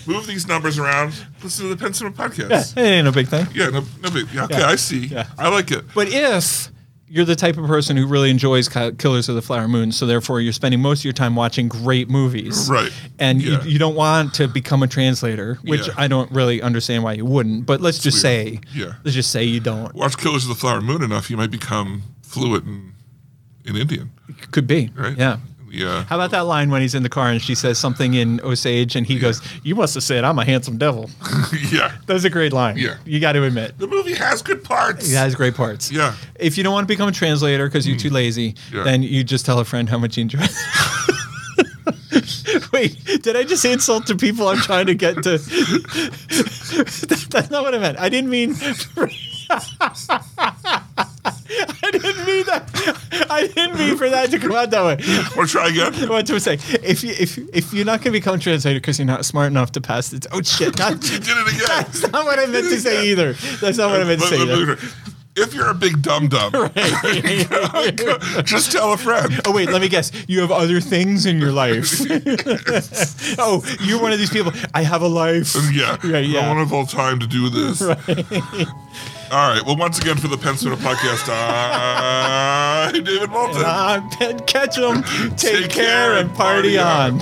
[SPEAKER 2] move these numbers around? Listen to the Penn Cinema podcast.
[SPEAKER 3] It ain't a big thing.
[SPEAKER 2] Yeah. No. No. Big, yeah, okay.
[SPEAKER 3] Yeah.
[SPEAKER 2] I see.
[SPEAKER 3] Yeah.
[SPEAKER 2] I like it.
[SPEAKER 3] But if you're the type of person who really enjoys Ki- Killers of the Flower Moon, so therefore you're spending most of your time watching great movies,
[SPEAKER 2] Right.
[SPEAKER 3] And
[SPEAKER 2] Yeah.
[SPEAKER 3] you, you don't want to become a translator, which
[SPEAKER 2] Yeah.
[SPEAKER 3] I don't really understand why you wouldn't. But let's just say,
[SPEAKER 2] weird. Yeah.
[SPEAKER 3] let's just say you don't.
[SPEAKER 2] Watch Killers of the Flower Moon enough, you might become fluent in, in Indian.
[SPEAKER 3] Could be,
[SPEAKER 2] Right.
[SPEAKER 3] yeah.
[SPEAKER 2] Yeah.
[SPEAKER 3] How about that line when he's in the car and she says something in Osage and he goes, "You must have said I'm a handsome devil."
[SPEAKER 2] yeah.
[SPEAKER 3] That's a great line.
[SPEAKER 2] Yeah.
[SPEAKER 3] you got to admit.
[SPEAKER 2] The movie has good parts.
[SPEAKER 3] It has great parts.
[SPEAKER 2] Yeah. Hmm.
[SPEAKER 3] If you don't want to become a translator because you're too lazy,
[SPEAKER 2] Yeah.
[SPEAKER 3] then you just tell a friend how much you enjoy. Wait, did I just say insult to people I'm trying to get to? That's not what I meant. I didn't mean. I didn't mean that. I didn't mean for that to come out that way.
[SPEAKER 2] Or try again.
[SPEAKER 3] What to say? If you if if you're not gonna become a translator because you're not smart enough to pass the oh shit, not,
[SPEAKER 2] You did it again.
[SPEAKER 3] that's not what I meant to say either. That's not what I meant to say.
[SPEAKER 2] But- but-
[SPEAKER 3] Either.
[SPEAKER 2] If you're a big dum dum, just tell a friend.
[SPEAKER 3] Oh wait, let me guess. You have other things in your life. oh, you're one of these people. I have a life.
[SPEAKER 2] Yeah,
[SPEAKER 3] Yeah, yeah.
[SPEAKER 2] I won't have time to do this. All right. Well, once again for the Pennsylvania podcast, I'm David Walton.
[SPEAKER 3] Ah, Ben Ketchum, take,
[SPEAKER 2] Take
[SPEAKER 3] care,
[SPEAKER 2] care
[SPEAKER 3] and
[SPEAKER 2] and
[SPEAKER 3] party
[SPEAKER 2] party
[SPEAKER 3] on.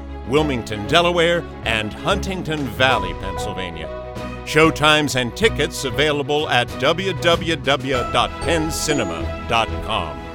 [SPEAKER 1] Wilmington, Delaware, and Huntington Valley, Pennsylvania. Showtimes and tickets available at www.penncinema.com.